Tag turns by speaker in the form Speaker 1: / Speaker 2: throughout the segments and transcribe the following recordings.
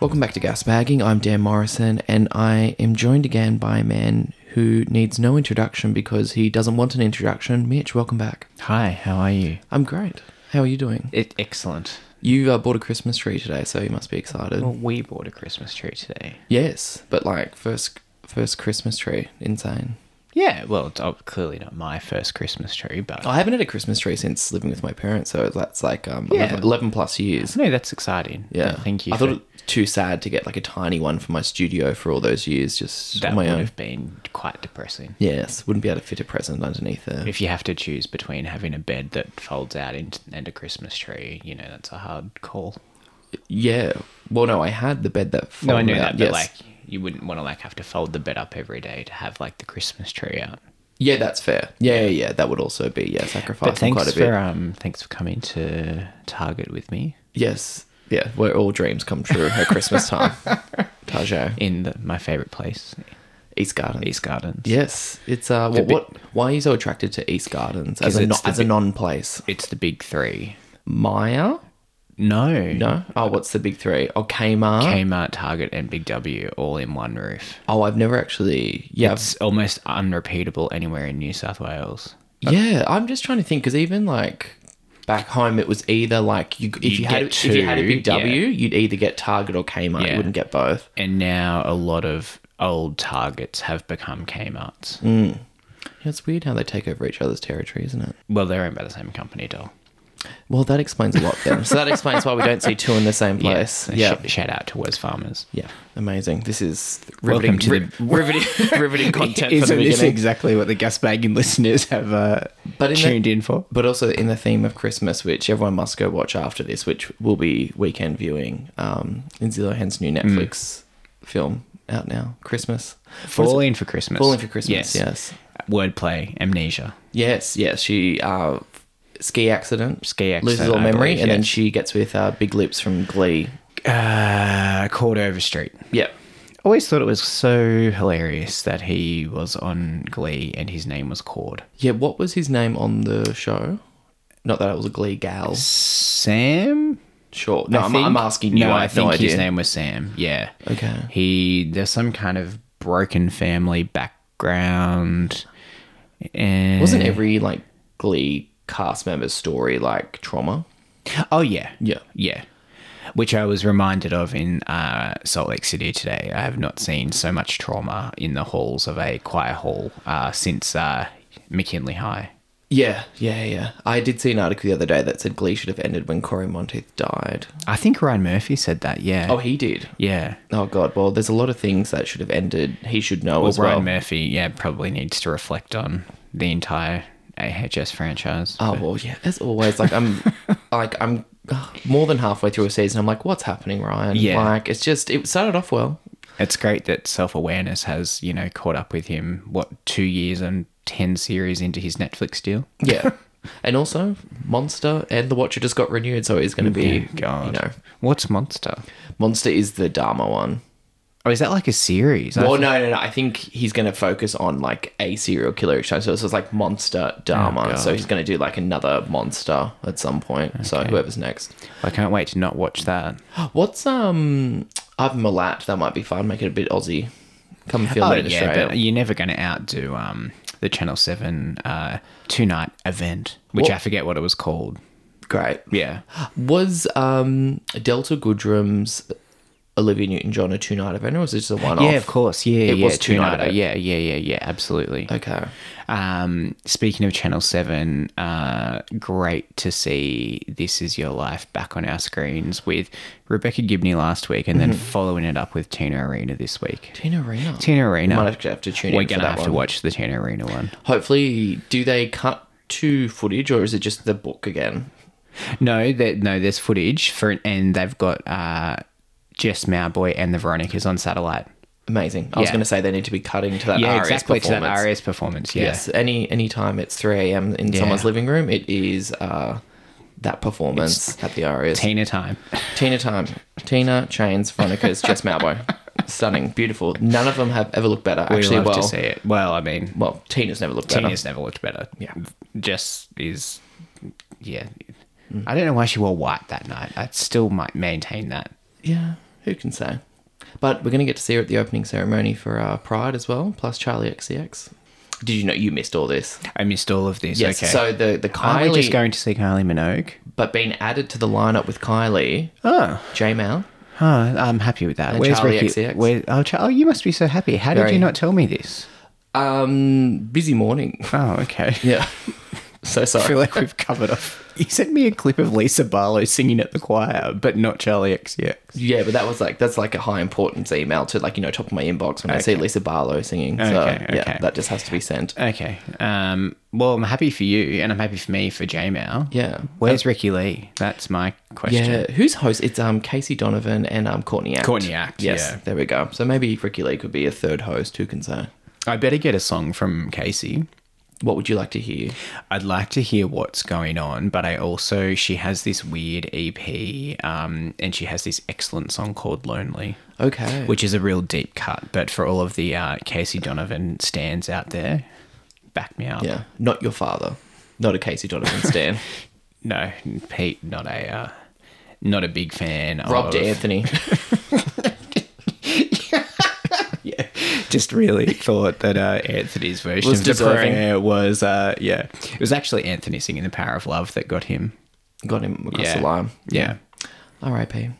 Speaker 1: Welcome back to Gasbagging. I'm Dan Morrison, and I am joined again by a man who needs no introduction because he doesn't want an introduction. Mitch, welcome back.
Speaker 2: Hi, how are you?
Speaker 1: I'm great. How are you doing?
Speaker 2: It, excellent.
Speaker 1: You uh, bought a Christmas tree today, so you must be excited.
Speaker 2: Well, we bought a Christmas tree today.
Speaker 1: Yes, but like first first Christmas tree, insane.
Speaker 2: Yeah, well, it's oh, clearly not my first Christmas tree, but
Speaker 1: I haven't had a Christmas tree since living with my parents, so that's like um,
Speaker 2: Yeah.
Speaker 1: 11, 11 plus years.
Speaker 2: no, that's exciting.
Speaker 1: Yeah,
Speaker 2: thank you.
Speaker 1: I thought
Speaker 2: for-
Speaker 1: it was too sad to get like a tiny one for my studio for all those years, just
Speaker 2: that
Speaker 1: on my
Speaker 2: would
Speaker 1: own.
Speaker 2: have been quite depressing.
Speaker 1: Yes, wouldn't be able to fit a present underneath there.
Speaker 2: If you have to choose between having a bed that folds out into, and a Christmas tree, you know that's a hard call.
Speaker 1: yeah, well, no, I had the bed that.
Speaker 2: No, I
Speaker 1: folded
Speaker 2: knew
Speaker 1: out,
Speaker 2: that, but
Speaker 1: yes.
Speaker 2: like you wouldn't want to like have to fold the bed up every day to have like the Christmas tree out.
Speaker 1: Oh, yeah, that's fair. Yeah, yeah, yeah, that would also be yeah, sacrificing
Speaker 2: But thanks
Speaker 1: quite a bit.
Speaker 2: for um, thanks for coming to Target with me
Speaker 1: yes, yeah, where all dreams come true at Christmas time. Tajo,
Speaker 2: in the, my favorite place,
Speaker 1: East Gardens.
Speaker 2: East Gardens.
Speaker 1: Yes, it's uh, what,
Speaker 2: bit-
Speaker 1: what? Why are you so attracted to East Gardens as
Speaker 2: 'Cause
Speaker 1: a
Speaker 2: it's
Speaker 1: no,
Speaker 2: the
Speaker 1: as a non place?
Speaker 2: It's the big three.
Speaker 1: Maya,
Speaker 2: No.
Speaker 1: no. Oh, what's the big three? Oh, Kmart.
Speaker 2: Kmart, Target, and Big W all in one roof.
Speaker 1: oh, I've never actually. Yeah,
Speaker 2: It's almost unrepeatable anywhere in New South Wales.
Speaker 1: Yeah, I'm just trying to think because even like back home, it was either like you if you,
Speaker 2: You'd
Speaker 1: had
Speaker 2: get
Speaker 1: if you had a
Speaker 2: two,
Speaker 1: big W,
Speaker 2: yeah.
Speaker 1: you'd either get Target or Kmart. You
Speaker 2: Yeah.
Speaker 1: wouldn't get both.
Speaker 2: And now a lot of old Targets have become Kmarts.
Speaker 1: Yeah, it's weird how they take over each other's territory, isn't it?
Speaker 2: Well, they're owned by the same company, doll.
Speaker 1: Well, that explains a lot then. so that explains why we don't see two in the same place. Yeah.
Speaker 2: Sh- shout out to Wes Farmers.
Speaker 1: yeah, amazing. This is riveting,
Speaker 2: Welcome to
Speaker 1: ri-
Speaker 2: the-
Speaker 1: riveting, riveting content for the beginning.
Speaker 2: exactly what the gasbagging listeners have uh,
Speaker 1: But in the- tuned
Speaker 2: in for?
Speaker 1: but also in the theme of Christmas, which everyone must go watch after this, which will be weekend viewing. Um, Lindsay Lohan's new
Speaker 2: Mm.
Speaker 1: Netflix film out now, Christmas. What is it?
Speaker 2: Falling for Christmas.
Speaker 1: Falling for Christmas. Yes.
Speaker 2: Wordplay, amnesia.
Speaker 1: Yes. Yes. She uh, ski accident.
Speaker 2: Ski
Speaker 1: Loses
Speaker 2: accident,
Speaker 1: all
Speaker 2: I
Speaker 1: memory,
Speaker 2: believe,
Speaker 1: and then
Speaker 2: yes.
Speaker 1: she gets with uh, Big Lips from Glee.
Speaker 2: Uh, Court Overstreet.
Speaker 1: Yep.
Speaker 2: Always thought it was so hilarious that he was on Glee and his name was Cord.
Speaker 1: Yeah. What was his name on the show? Not that it was a Glee gal.
Speaker 2: Sam?
Speaker 1: Sure. No,
Speaker 2: I
Speaker 1: I'm,
Speaker 2: think-
Speaker 1: I'm asking you.
Speaker 2: No,
Speaker 1: I
Speaker 2: I
Speaker 1: have
Speaker 2: think
Speaker 1: no idea.
Speaker 2: his name was Sam. Yeah.
Speaker 1: Okay.
Speaker 2: He there's some kind of broken family background. And
Speaker 1: Wasn't every like Glee cast member's story like trauma?
Speaker 2: Oh yeah.
Speaker 1: Yeah.
Speaker 2: Yeah. Which I was reminded of in uh, Salt Lake City today. I have not seen so much trauma in the halls of a choir hall uh, since uh, McKinley High.
Speaker 1: Yeah, yeah, yeah. I did see an article the other day that said Glee should have ended when Corey Monteith died.
Speaker 2: I think Ryan Murphy said that. Yeah.
Speaker 1: Oh, he did.
Speaker 2: yeah.
Speaker 1: Oh God. Well, there's a lot of things that should have ended. He should know
Speaker 2: Well,
Speaker 1: as well.
Speaker 2: Ryan Murphy, yeah, probably needs to reflect on the entire AHS franchise.
Speaker 1: Oh well, yeah. As always, like I'm, like I'm ugh, more than halfway through a season. I'm like, what's happening, Ryan?
Speaker 2: Yeah.
Speaker 1: Like it's just it started off well.
Speaker 2: It's great that self awareness has, you know, caught up with him, what, two years and 10 series into his Netflix deal?
Speaker 1: Yeah. and also, Monster and The Watcher just got renewed, so he's going to be.
Speaker 2: God.
Speaker 1: You know,
Speaker 2: What's Monster?
Speaker 1: Monster is the Dharma one.
Speaker 2: Oh, is that like a series? I
Speaker 1: Well,
Speaker 2: thought-
Speaker 1: no, no, no. I think he's going to focus on like a serial killer each time. So this is like Monster Dharma.
Speaker 2: Oh, God.
Speaker 1: so he's going to do like another monster at some point. So whoever's next.
Speaker 2: I can't wait to not watch that.
Speaker 1: What's um? I've Malat. That might be fun. Make it a bit Aussie. Come film it in Australia.
Speaker 2: Oh, but you're never going to outdo um, the Channel 7 uh, two night event, which
Speaker 1: What-
Speaker 2: I forget what Oh, it was called.
Speaker 1: Great.
Speaker 2: Yeah.
Speaker 1: Was um Delta Goodrum's Olivia Newton John a two night event or was it just a one off?
Speaker 2: Yeah, of course. Yeah,
Speaker 1: It
Speaker 2: yeah,
Speaker 1: was two-nighter.
Speaker 2: two-nighter. Yeah, yeah, yeah, yeah. Absolutely.
Speaker 1: Okay.
Speaker 2: Um, speaking of Channel 7, uh, great to see This Is Your Life back on our screens with Rebecca Gibney last week and
Speaker 1: Mm-hmm.
Speaker 2: then following it up with Tina Arena this week.
Speaker 1: Tina Arena.
Speaker 2: Tina Arena.
Speaker 1: Might have to- have to tune in
Speaker 2: We're
Speaker 1: for
Speaker 2: going to
Speaker 1: that
Speaker 2: have
Speaker 1: one.
Speaker 2: to watch the Tina Arena one.
Speaker 1: Hopefully, do they cut to footage or is it just the book again?
Speaker 2: No, there, no, there's footage for and they've got uh, Jess Mowboy and the Veronicas on satellite.
Speaker 1: Amazing. I was
Speaker 2: Yeah.
Speaker 1: going to say they need to be cutting to that
Speaker 2: Yeah,
Speaker 1: RS
Speaker 2: exactly to
Speaker 1: performance.
Speaker 2: that RS performance. Yeah.
Speaker 1: Yes, any any time it's three a.m. in someone's living room, it is uh, that performance at the RS.
Speaker 2: Tina time.
Speaker 1: Tina time. Tina Chains Veronica's Jess Malbo. Stunning, beautiful. None of them have ever looked better.
Speaker 2: We
Speaker 1: Actually,
Speaker 2: love
Speaker 1: well,
Speaker 2: to see it. Well, I mean,
Speaker 1: well, Tina's never looked better.
Speaker 2: Tina's never looked better.
Speaker 1: Yeah.
Speaker 2: Jess is, yeah. I don't know why she wore white that night. I still might maintain that.
Speaker 1: Yeah, Who can say? But we're going to get to see her at the opening ceremony for uh, Pride as well, plus Charlie XCX. Did you know you missed all this?
Speaker 2: I missed all of this.
Speaker 1: Yes.
Speaker 2: okay.
Speaker 1: So the the
Speaker 2: Are we
Speaker 1: Kylie,
Speaker 2: just going to see Kylie Minogue?
Speaker 1: but being added to the lineup with Kylie,
Speaker 2: Oh,
Speaker 1: J Mal.
Speaker 2: oh I'm happy with that.
Speaker 1: And
Speaker 2: Where's
Speaker 1: Charli
Speaker 2: Ricky?
Speaker 1: XCX.
Speaker 2: Where, oh, Char- oh, you must be so happy. How did
Speaker 1: Very.
Speaker 2: you not tell me this?
Speaker 1: Um, busy morning.
Speaker 2: Oh, okay.
Speaker 1: Yeah. so
Speaker 2: I feel
Speaker 1: sorry.
Speaker 2: like we've covered off. You sent me a clip of Lisa Barlow singing at the choir, but not Charlie E XCX.
Speaker 1: Yeah, but that was like that's like a high importance email to like you know top of my inbox when I see Lisa Barlow singing. So
Speaker 2: Okay, okay. Uh,
Speaker 1: yeah, that just has to be sent.
Speaker 2: Okay. Um, well, I'm happy for you, and I'm happy for me for J Mal.
Speaker 1: Yeah.
Speaker 2: Where's Ricky Lee? That's my question.
Speaker 1: Uh, Yeah, who's host? It's um Casey Donovan and um Courtney Act.
Speaker 2: Courtney Act,
Speaker 1: Yes,
Speaker 2: yeah.
Speaker 1: there we go. So maybe Ricky Lee could be a third host. Who can say?
Speaker 2: I better get a song from Casey.
Speaker 1: What would you like to hear?
Speaker 2: I'd like to hear what's going on, but I also she has this weird EP, um, and she has this excellent song called "Lonely,"
Speaker 1: Okay.
Speaker 2: which is a real deep cut. But for all of the uh, Casey Donovan stands out there, back me up.
Speaker 1: yeah, not your father, not a Casey Donovan Stan.
Speaker 2: No, Pete, not a uh, not a big fan.
Speaker 1: Rob
Speaker 2: of,
Speaker 1: D'Anthony.
Speaker 2: Yeah, just really thought that uh, Anthony's version
Speaker 1: Was
Speaker 2: of the
Speaker 1: deserving.
Speaker 2: prayer was uh, yeah, it was actually Anthony singing "The Power of Love" that got him.
Speaker 1: Got him across
Speaker 2: Yeah,
Speaker 1: the line.
Speaker 2: yeah.
Speaker 1: R.I.P.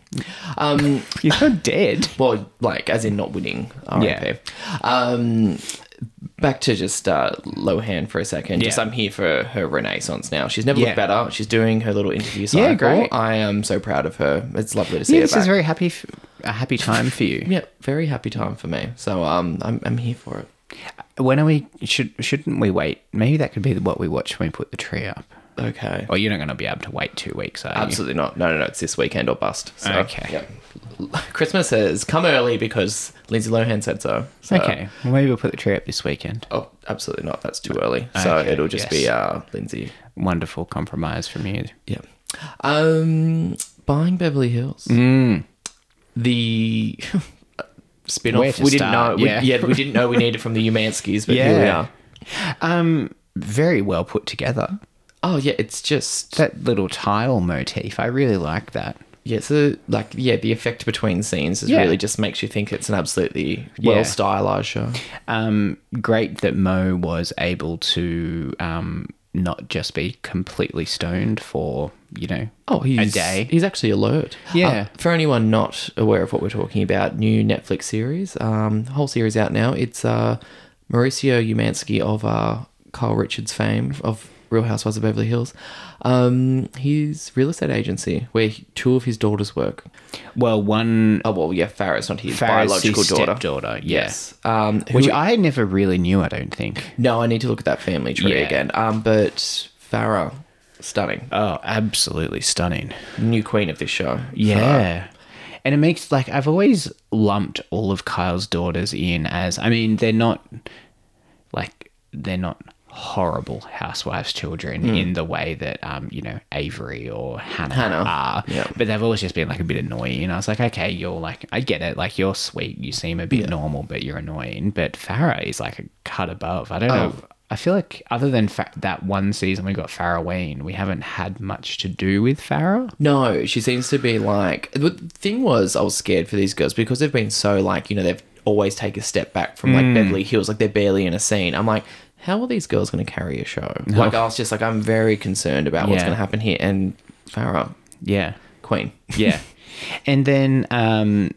Speaker 1: Um,
Speaker 2: He's not dead.
Speaker 1: well, like as in not winning.
Speaker 2: Yeah.
Speaker 1: R.I.P. Um, back to just uh, Lohan for a second. Just
Speaker 2: Yeah.
Speaker 1: I'm here for her renaissance now. She's never
Speaker 2: Yeah.
Speaker 1: looked better. She's doing her little interview cycle.
Speaker 2: great.
Speaker 1: I am so proud of her. It's lovely to see
Speaker 2: Yeah,
Speaker 1: her
Speaker 2: this
Speaker 1: back.
Speaker 2: is very happy, f- a happy time for you.
Speaker 1: Yeah, very happy time for me. So um, I'm I'm here for it.
Speaker 2: When are we? Should shouldn't we wait? Maybe that could be what we watch when we put the tree up.
Speaker 1: Okay.
Speaker 2: Oh, you're not going to be able to wait two weeks, are you?
Speaker 1: Absolutely not. No, no, no. It's this weekend or bust. So,
Speaker 2: Okay.
Speaker 1: yeah. Christmas has come early because Lindsay Lohan said so. so
Speaker 2: Okay, well, maybe we'll put the tree up this weekend.
Speaker 1: Oh, absolutely not. That's too early. So
Speaker 2: Okay,
Speaker 1: it'll just be
Speaker 2: yes.
Speaker 1: uh, Lindsay.
Speaker 2: Wonderful compromise from you.
Speaker 1: Yeah. Um, buying Beverly Hills.
Speaker 2: Mm.
Speaker 1: The spin
Speaker 2: Where
Speaker 1: off.
Speaker 2: to
Speaker 1: We didn't know.
Speaker 2: start,
Speaker 1: We,
Speaker 2: yeah.
Speaker 1: yeah. we didn't know we needed from the Umanskis, but here we
Speaker 2: Yeah.
Speaker 1: are.
Speaker 2: Um, very well put together.
Speaker 1: Oh, yeah. It's just.
Speaker 2: That little tile motif, I really like that.
Speaker 1: Yeah, so like yeah, the effect between scenes is
Speaker 2: Yeah.
Speaker 1: really just makes you think it's an absolutely well stylized show.
Speaker 2: Um, great that Mo was able to um, not just be completely stoned for you know
Speaker 1: Oh, he's
Speaker 2: a day.
Speaker 1: He's actually alert.
Speaker 2: Yeah.
Speaker 1: Uh, for anyone not aware of what we're talking about, new Netflix series, um, whole series out now. It's uh, Mauricio Umansky of uh, Kyle Richards fame of Real Housewives of Beverly Hills. Um, his real estate agency where he- two of his daughters work.
Speaker 2: Well, one
Speaker 1: Oh well, yeah, Farrah's not his
Speaker 2: Farrah's
Speaker 1: biological
Speaker 2: his
Speaker 1: daughter.
Speaker 2: stepdaughter, yeah.
Speaker 1: Yes. Um, who
Speaker 2: which I never really knew. I don't think.
Speaker 1: No, I need to look at that family tree
Speaker 2: Yeah.
Speaker 1: again. Um, but Farah, stunning,
Speaker 2: Oh, absolutely stunning.
Speaker 1: new queen of this show.
Speaker 2: Yeah. And it makes like I've always lumped all of Kyle's daughters in as I mean, they're not like they're not horrible housewives children
Speaker 1: Hmm.
Speaker 2: in the way that um, you know, Avery or Hannah,
Speaker 1: Hannah,
Speaker 2: are.
Speaker 1: yeah.
Speaker 2: But they've always just been like a bit annoying. And I was like, okay, you're like I get it, like you're sweet, you seem a bit normal, but you're annoying. But Farah is like a cut above. I don't
Speaker 1: Oh.
Speaker 2: know. I feel like other than fa- that one season we got Farah Ween, we haven't had much to do with Farah.
Speaker 1: No, she seems to be like. The thing was, I was scared for these girls because they've been so like you know they've always take a step back from like Beverly Hills, like they're barely in a scene. I'm like. How are these girls going to carry a show? Like, I was just like, I'm very concerned about what's
Speaker 2: Yeah.
Speaker 1: going to happen here. And Farah,
Speaker 2: Yeah.
Speaker 1: queen.
Speaker 2: Yeah. and then um,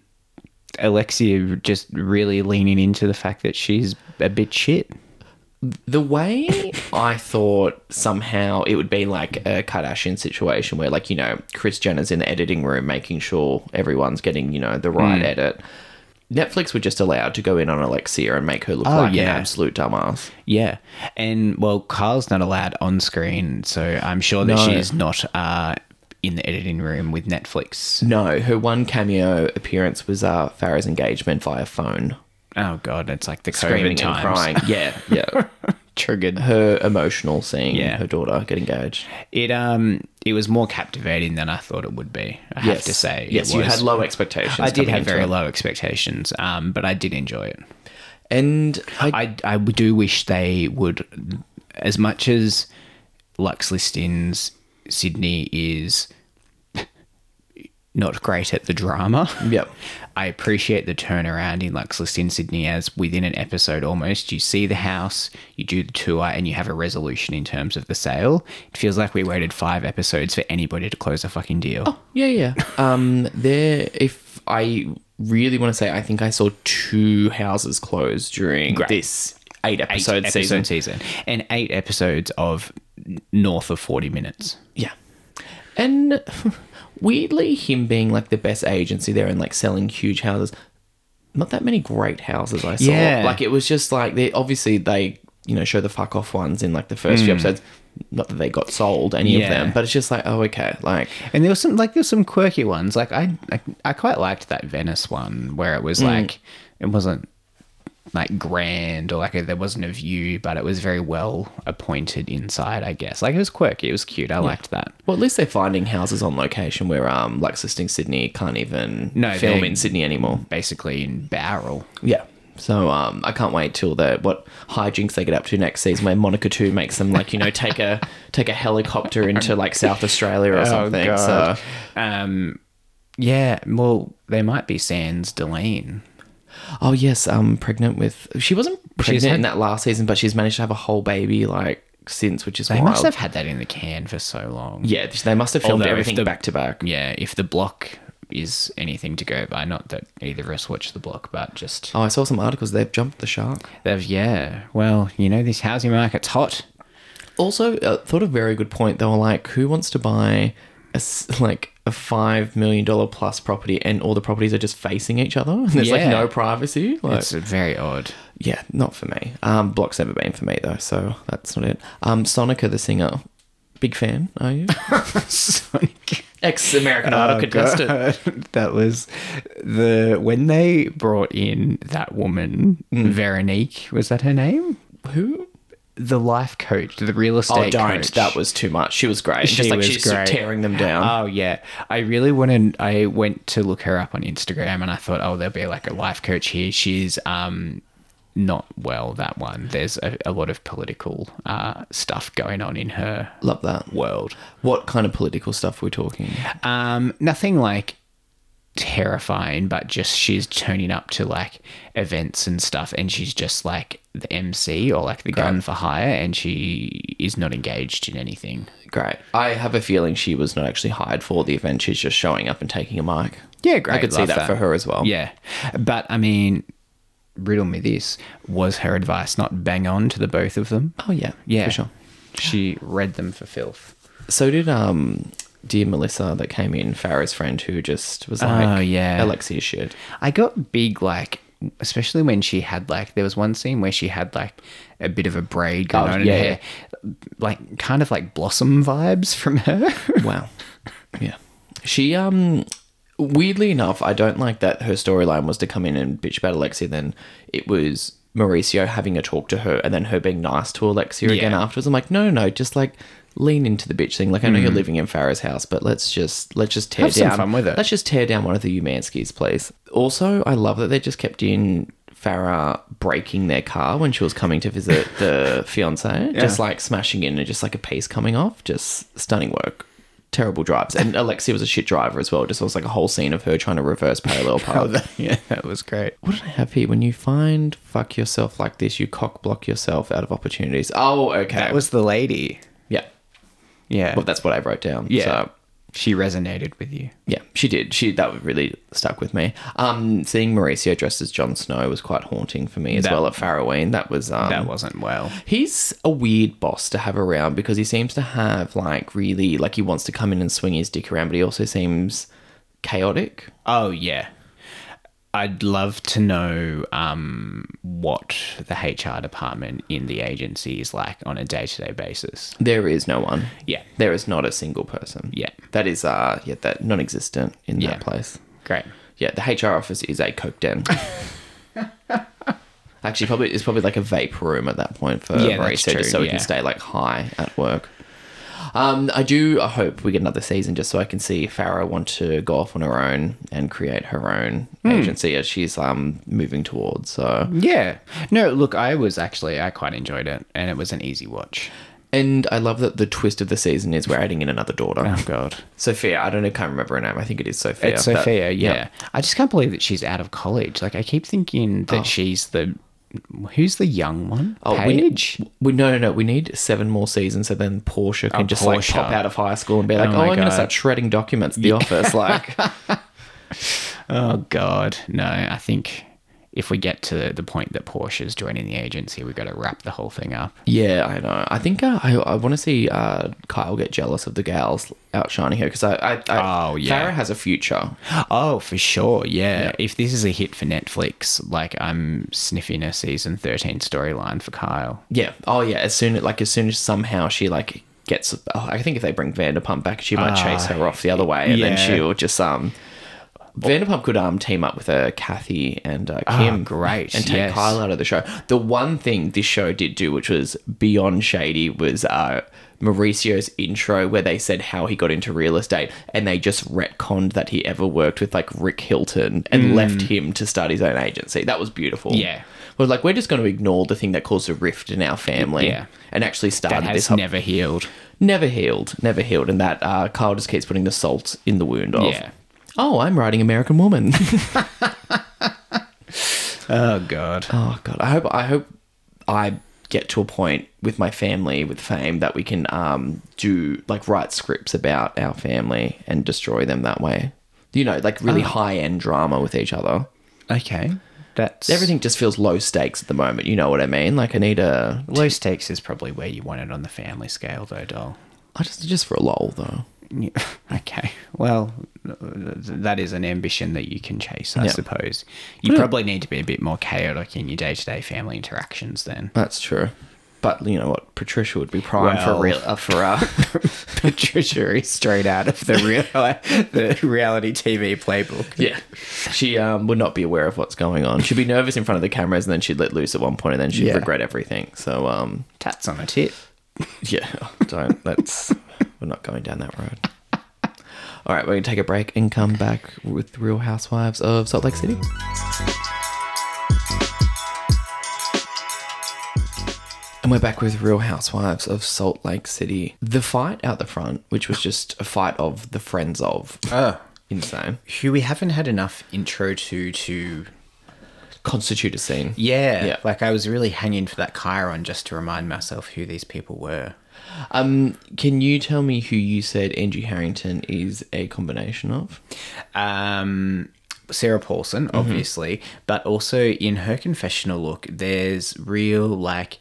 Speaker 2: Alexia just really leaning into the fact that she's a bit shit.
Speaker 1: The way I thought somehow it would be like a Kardashian situation where, like, you know, Chris Jenner's in the editing room making sure everyone's getting, you know, the right
Speaker 2: Hmm.
Speaker 1: edit. Netflix were just allowed to go in on Alexia and make her look like an
Speaker 2: Oh, yeah.
Speaker 1: absolute dumbass.
Speaker 2: Yeah. And well, Kyle's not allowed on screen, so I'm sure that
Speaker 1: No.
Speaker 2: she's not uh, in the editing room with Netflix.
Speaker 1: No, her one cameo appearance was uh, Farrah's engagement via phone,
Speaker 2: Oh God, it's like the
Speaker 1: screaming
Speaker 2: COVID times.
Speaker 1: and crying. Yeah, yeah.
Speaker 2: Triggered.
Speaker 1: her emotional seeing
Speaker 2: Yeah.
Speaker 1: her daughter get engaged.
Speaker 2: It um, it was more captivating than I thought it would be. I have to say,
Speaker 1: yes,
Speaker 2: it
Speaker 1: you
Speaker 2: was.
Speaker 1: had low expectations.
Speaker 2: I did
Speaker 1: coming
Speaker 2: have
Speaker 1: into
Speaker 2: very
Speaker 1: it.
Speaker 2: low expectations, um, but I did enjoy it.
Speaker 1: and I
Speaker 2: I, I do wish they would, as much as Lux Listings Sydney is not great at the drama.
Speaker 1: Yep.
Speaker 2: I appreciate the turnaround in Luxlist in Sydney as within an episode almost you see the house, you do the tour, and you have a resolution in terms of the sale. It feels like we waited five episodes for anybody to close a fucking deal.
Speaker 1: Yeah, yeah. Um, there. If I really want to say, I think I saw two houses close during
Speaker 2: Great.
Speaker 1: this eight
Speaker 2: Eight
Speaker 1: episode
Speaker 2: episode
Speaker 1: season.
Speaker 2: season. And eight episodes of n- north of 40 minutes.
Speaker 1: Yeah, and weirdly, him being like the best agency there and like selling huge houses. Not that many great houses I saw.
Speaker 2: Yeah.
Speaker 1: Like it was just like they obviously they you know show the fuck off ones in like the first few episodes. Not that they got sold any
Speaker 2: Hmm. Yeah.
Speaker 1: of them, but it's just like oh okay, like
Speaker 2: And there was some like there's some quirky ones. Like I, I I quite liked that Venice one where it was like it wasn't like grand or like there wasn't a view, but it was very well appointed inside. I guess like it was quirky. It was cute. I liked that.
Speaker 1: Well, at least they're finding houses on location where um, Luxisting Sydney can't even
Speaker 2: No,
Speaker 1: film
Speaker 2: they-
Speaker 1: in Sydney anymore.
Speaker 2: Basically in barrel.
Speaker 1: Yeah. So um, I can't wait till the what hijinks they get up to next season, where Monica Two makes them like you know take a take a helicopter into like South Australia
Speaker 2: Oh,
Speaker 1: or something. so
Speaker 2: Um, yeah. Well, there might be Sans Delane.
Speaker 1: oh yes, um, pregnant with she wasn't pregnant
Speaker 2: had-
Speaker 1: in that last season, but she's managed to have a whole baby like since, which is
Speaker 2: They
Speaker 1: wild.
Speaker 2: must have had that in the can for so long.
Speaker 1: yeah, they must have filmed
Speaker 2: Although if
Speaker 1: everything
Speaker 2: the-
Speaker 1: back to back.
Speaker 2: Yeah. If the block is anything to go by, not that either of us watched the block, but just
Speaker 1: Oh, I saw some articles. They've jumped the shark.
Speaker 2: They've, yeah. Well, you know, this housing market's hot.
Speaker 1: Also, uh, thought a very good point. They were like, who wants to buy a s- like a five million dollar plus property, and all the properties are just facing each other, and there's like
Speaker 2: Yeah.
Speaker 1: no privacy. Like,
Speaker 2: It's very odd.
Speaker 1: yeah, not for me. Um, Block's never been for me though, so that's not it. Um, Sonica the singer, big fan. Are you Oh,
Speaker 2: Sonic. uh,
Speaker 1: ex American Idol contestant?
Speaker 2: that was the when they brought in that woman,
Speaker 1: Hmm.
Speaker 2: Veronique, was that her name?
Speaker 1: Who?
Speaker 2: The life coach, the real
Speaker 1: Oh,
Speaker 2: estate
Speaker 1: don't.
Speaker 2: coach.
Speaker 1: That was too much. She was great.
Speaker 2: She
Speaker 1: just like
Speaker 2: was
Speaker 1: she's
Speaker 2: great.
Speaker 1: tearing them down.
Speaker 2: Oh yeah, I really wanted. I went to look her up on Instagram, and I thought, oh, there'll be like a life coach here. She's um not well. That one. There's a, a lot of political uh, stuff going on in her
Speaker 1: Love that.
Speaker 2: world.
Speaker 1: What kind of political stuff are we talking?
Speaker 2: Um, nothing like terrifying, but just she's turning up to like events and stuff, and she's just like the MC or like the gun for hire, and she is not engaged in anything.
Speaker 1: Great. I have a feeling she was not actually hired for the event. She's just showing up and taking a mic.
Speaker 2: Yeah, great.
Speaker 1: I could see
Speaker 2: love
Speaker 1: that, for her as well.
Speaker 2: Yeah, but I mean, riddle me this: was her advice not bang on to the both of them?
Speaker 1: Oh yeah.
Speaker 2: Yeah,
Speaker 1: For sure.
Speaker 2: She read them for filth.
Speaker 1: So did um dear Melissa that came in, Farah's friend who just was like
Speaker 2: Oh, yeah.
Speaker 1: Alexia shit.
Speaker 2: I got big like especially when she had like there was one scene where she had like a bit of a braid going
Speaker 1: Oh,
Speaker 2: on in
Speaker 1: yeah,
Speaker 2: her hair. Like kind of like blossom vibes from her.
Speaker 1: Wow. yeah. She um weirdly enough, I don't like that her storyline was to come in and bitch about Alexia, then it was Mauricio having a talk to her and then her being nice to Alexia again
Speaker 2: Yeah.
Speaker 1: afterwards. I'm like, no, no, no, just like lean into the bitch thing. Like I know you're living in Farah's house, but let's just let's just tear
Speaker 2: Mm. Have some
Speaker 1: down
Speaker 2: fun with it.
Speaker 1: Let's just tear down one of the Umanskis, please. Also, I love that they just kept in Farah breaking their car when she was coming to visit the fiance, just like smashing in and just like a piece coming off. Just stunning work. Terrible drives. And Alexia was a shit driver as well. Just was like a whole scene of her trying to reverse parallel park.
Speaker 2: yeah, that was great.
Speaker 1: What did I have here? When you find fuck yourself like this, you cock block yourself out of opportunities. Oh, okay.
Speaker 2: That was the lady.
Speaker 1: yeah.
Speaker 2: Yeah.
Speaker 1: Well, that's what I wrote down.
Speaker 2: yeah.
Speaker 1: So,
Speaker 2: She resonated with you.
Speaker 1: yeah, she did. She that really stuck with me. Um, seeing Mauricio dressed as Jon Snow was quite haunting for me as
Speaker 2: That-
Speaker 1: well at Farroween. That was um,
Speaker 2: That wasn't well.
Speaker 1: He's a weird boss to have around because he seems to have like really like he wants to come in and swing his dick around, but he also seems chaotic.
Speaker 2: Oh yeah. I'd love to know um, what the HR department in the agency is like on a day to day basis.
Speaker 1: There is no one.
Speaker 2: Yeah.
Speaker 1: There is not a single person.
Speaker 2: Yeah.
Speaker 1: That is uh yeah, that non existent in
Speaker 2: Yeah.
Speaker 1: that place.
Speaker 2: Great.
Speaker 1: Yeah, the HR office is a Coke den. Actually probably it's probably like a vape room at that point for
Speaker 2: Yeah,
Speaker 1: yeah,
Speaker 2: that's true,
Speaker 1: just so we
Speaker 2: yeah.
Speaker 1: can stay like high at work. Um, I do. I hope we get another season, just so I can see Farah want to go off on her own and create her own
Speaker 2: Hmm.
Speaker 1: agency as she's um moving towards. So,
Speaker 2: Yeah. No, look, I was actually I quite enjoyed it and it was an easy watch.
Speaker 1: And I love that the twist of the season is we're adding in another daughter,
Speaker 2: Oh god,
Speaker 1: Sophia. I don't know, can't remember her name. I think it is Sophia.
Speaker 2: it's
Speaker 1: but-
Speaker 2: Sophia. Yeah. I just can't believe that she's out of college. Like I keep thinking that she's the who's the young one?
Speaker 1: Oh, we-
Speaker 2: Paige.
Speaker 1: We, no, no, no. We need seven more seasons, so then Portia can just
Speaker 2: Oh, Portia.
Speaker 1: like pop out of high school and be like, "Oh,
Speaker 2: my
Speaker 1: I'm going
Speaker 2: God.
Speaker 1: to start shredding documents at the office." Like,
Speaker 2: oh god, no. I think if we get to the point that Porsche's joining the agency, we've got to wrap the whole thing up.
Speaker 1: yeah, I know. I think uh, I, I want to see uh, Kyle get jealous of the gals outshining her because I, I, I,
Speaker 2: Oh, yeah.
Speaker 1: Farrah has a future.
Speaker 2: Oh, for sure. Yeah. If this is a hit for Netflix, like I'm sniffing a season 13 storyline for Kyle.
Speaker 1: Yeah. Oh, yeah. As soon like as soon as somehow she like gets, oh, I think if they bring Vanderpump back, she might chase her off the other way, and
Speaker 2: Ah, yeah.
Speaker 1: then she'll just um. Vanderpump could um team up with uh, Kathy and uh,
Speaker 2: Ah,
Speaker 1: Kim,
Speaker 2: Oh, great,
Speaker 1: and take
Speaker 2: yes.
Speaker 1: Kyle out of the show. The one thing this show did do, which was beyond shady, was uh, Mauricio's intro where they said how he got into real estate, and they just retconned that he ever worked with like Rick Hilton and left him to start his own agency. That was beautiful.
Speaker 2: Mm. Yeah.
Speaker 1: We're like, we're just going to ignore the thing that caused a rift in our family
Speaker 2: Yeah.
Speaker 1: and actually started
Speaker 2: That
Speaker 1: this
Speaker 2: has
Speaker 1: whole-
Speaker 2: never healed.
Speaker 1: never healed, never healed. And that uh, Kyle just keeps putting the salt in the wound of,
Speaker 2: Yeah.
Speaker 1: oh, I'm writing American Woman.
Speaker 2: Oh, God.
Speaker 1: oh, God. I hope, I hope I get to a point with my family, with fame, that we can um, do, like, write scripts about our family and destroy them that way. You know, like really
Speaker 2: Oh.
Speaker 1: high end drama with each other.
Speaker 2: Okay. That's
Speaker 1: Everything just feels low stakes at the moment. You know what I mean? Like, I need a.
Speaker 2: Low stakes is probably where you want it on the family scale, though, doll.
Speaker 1: I just, just for a lol, though.
Speaker 2: Yeah. Okay. Well, th- that is an ambition that you can chase, I
Speaker 1: Yeah.
Speaker 2: suppose. You probably need to be a bit more chaotic in your day to day family interactions then.
Speaker 1: That's true. But you know what? Patricia would be prime
Speaker 2: Well-
Speaker 1: for real uh, for uh,
Speaker 2: Patricia is straight out of the, real, the reality TV playbook.
Speaker 1: yeah. She um, would not be aware of what's going on. She'd be nervous in front of the cameras, and then she'd let loose at one point, and then she'd
Speaker 2: Yeah.
Speaker 1: regret everything. So um,
Speaker 2: Tats on a tit.
Speaker 1: yeah, don't let's. we're not going down that road. All right, we're gonna take a break and come back with Real Housewives of Salt Lake City. And we're back with Real Housewives of Salt Lake City. The fight out the front, which was just a fight of the friends of.
Speaker 2: Oh.
Speaker 1: Insane.
Speaker 2: who we haven't had enough intro to to
Speaker 1: Constitute a scene.
Speaker 2: yeah,
Speaker 1: Yeah.
Speaker 2: like I was really hanging for that Chiron just to remind myself who these people were.
Speaker 1: Um, can you tell me who you said Angie Harrington is a combination of?
Speaker 2: Um Sarah Paulson,
Speaker 1: Mm-hmm.
Speaker 2: obviously, but also in her confessional look, there's real like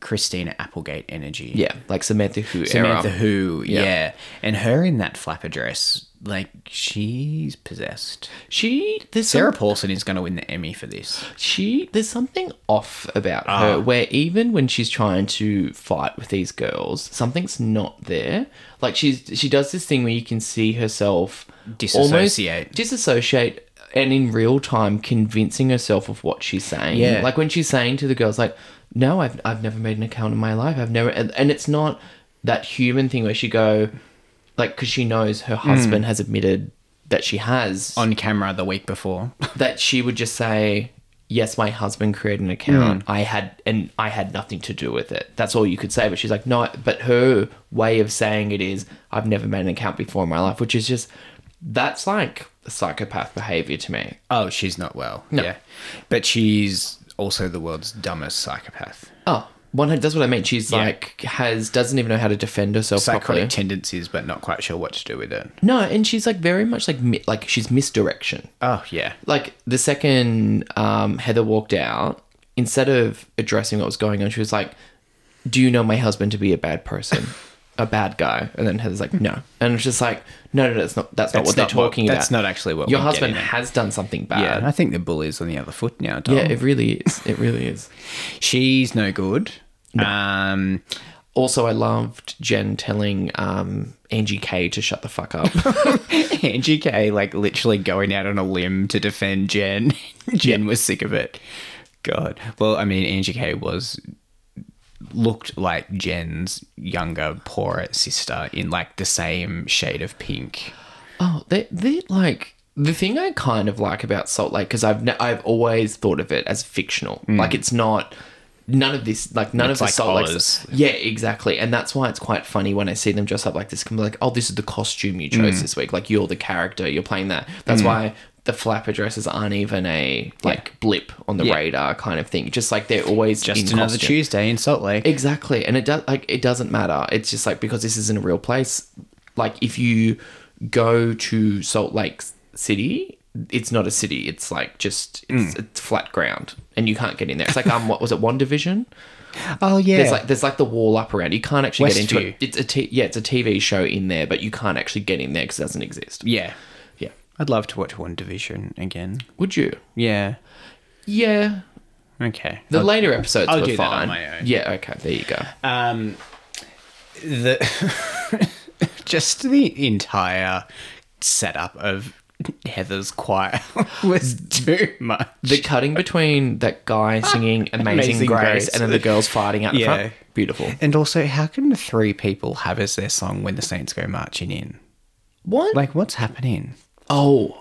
Speaker 2: Christina Applegate energy.
Speaker 1: Yeah, like Samantha Who
Speaker 2: Samantha
Speaker 1: era.
Speaker 2: Who, yeah. And her in that flapper dress, like she's possessed.
Speaker 1: She there's some
Speaker 2: Sarah Paulson is going to win the Emmy for this.
Speaker 1: she there's something off about
Speaker 2: Ah.
Speaker 1: her where even when she's trying to fight with these girls something's not there like she's she does this thing where you can see herself almost
Speaker 2: Disassociate.
Speaker 1: disassociate and in real time convincing herself of what she's saying
Speaker 2: Yeah.
Speaker 1: like when she's saying to the girls like no i've, I've never made an account in my life i've never and, and it's not that human thing where she go like because she knows her
Speaker 2: Hmm.
Speaker 1: husband has admitted that she has
Speaker 2: On camera the week before.
Speaker 1: that she would just say, "Yes, my husband created an account. I had and I had nothing to do with it." That's all you could say. But she's like, "No." But her way of saying it is, "I've never made an account before in my life," which is just that's like psychopath behavior to me.
Speaker 2: Oh, she's not well. Yeah. But she's also the world's dumbest psychopath.
Speaker 1: Oh, one hundred. That's what I mean. She's like has doesn't even know how to defend herself
Speaker 2: Psychotic
Speaker 1: properly.
Speaker 2: tendencies, but not quite sure what to do with it.
Speaker 1: no, and she's like very much like mi- like she's misdirection.
Speaker 2: Oh, yeah.
Speaker 1: like the second um, Heather walked out, instead of addressing what was going on, she was like, "Do you know my husband to be a bad person, a bad guy?" And then Heather's like, "No," and it's just like, "No, no, that's not that's, not
Speaker 2: That's
Speaker 1: what they're
Speaker 2: not what-
Speaker 1: talking about.
Speaker 2: that's not actually what
Speaker 1: your
Speaker 2: we're
Speaker 1: husband
Speaker 2: getting at."
Speaker 1: has done something
Speaker 2: Yeah.
Speaker 1: bad."
Speaker 2: and I think the bully's on the other foot now, Dom.
Speaker 1: Yeah, it really is. It really is.
Speaker 2: She's no good. Um,
Speaker 1: Also, I loved Jen telling um, Angie K to shut the fuck up.
Speaker 2: Angie K, like, literally going out on a limb to defend Jen. Jen was sick of it. God. Well, I mean, Angie K was. Looked like Jen's younger, poorer sister in like the same shade of pink.
Speaker 1: Oh, they they like the thing I kind of like about Salt Lake because I've ne- I've always thought of it as fictional. Like it's not none of this, like none
Speaker 2: Hmm. It's
Speaker 1: of
Speaker 2: like
Speaker 1: the soul, like-
Speaker 2: Oz.
Speaker 1: yeah, exactly. And that's why it's quite funny when I see them dress up like this. Can be like, oh, this is the costume you
Speaker 2: Hmm.
Speaker 1: chose this week. Like you're the character. You're playing that. That's why the flapper dresses aren't even a like blip on the
Speaker 2: Yeah.
Speaker 1: radar kind of thing. Just like they're always
Speaker 2: Just
Speaker 1: in
Speaker 2: another
Speaker 1: costume.
Speaker 2: Tuesday in Salt Lake.
Speaker 1: Exactly, and it does like it doesn't matter. It's just like because this isn't a real place. Like if you go to Salt Lake City, it's not a city. It's like just it's,
Speaker 2: Hmm.
Speaker 1: it's flat ground, and you can't get in there. It's like um, what was it? One division.
Speaker 2: oh yeah.
Speaker 1: There's like there's like the wall up around. You can't actually get into
Speaker 2: Westview.
Speaker 1: it. It's a t- yeah, it's a TV show in there, but you can't actually get in there because it doesn't exist.
Speaker 2: yeah.
Speaker 1: Yeah,
Speaker 2: I'd love to watch One Division again.
Speaker 1: would you?
Speaker 2: Yeah.
Speaker 1: Yeah,
Speaker 2: Okay.
Speaker 1: the later episodes
Speaker 2: I'll
Speaker 1: were
Speaker 2: do that on
Speaker 1: fine.
Speaker 2: my own.
Speaker 1: Yeah, okay, there you go.
Speaker 2: Um, the just the entire setup of Heather's choir was too much.
Speaker 1: The cutting between that guy singing Amazing,
Speaker 2: Ah, Amazing
Speaker 1: Grace,
Speaker 2: Grace.
Speaker 1: and then the girls fighting out the
Speaker 2: Yeah.
Speaker 1: front. Beautiful.
Speaker 2: and also, how can three people have as their song when the Saints go marching in?
Speaker 1: What?
Speaker 2: Like, what's happening?
Speaker 1: oh,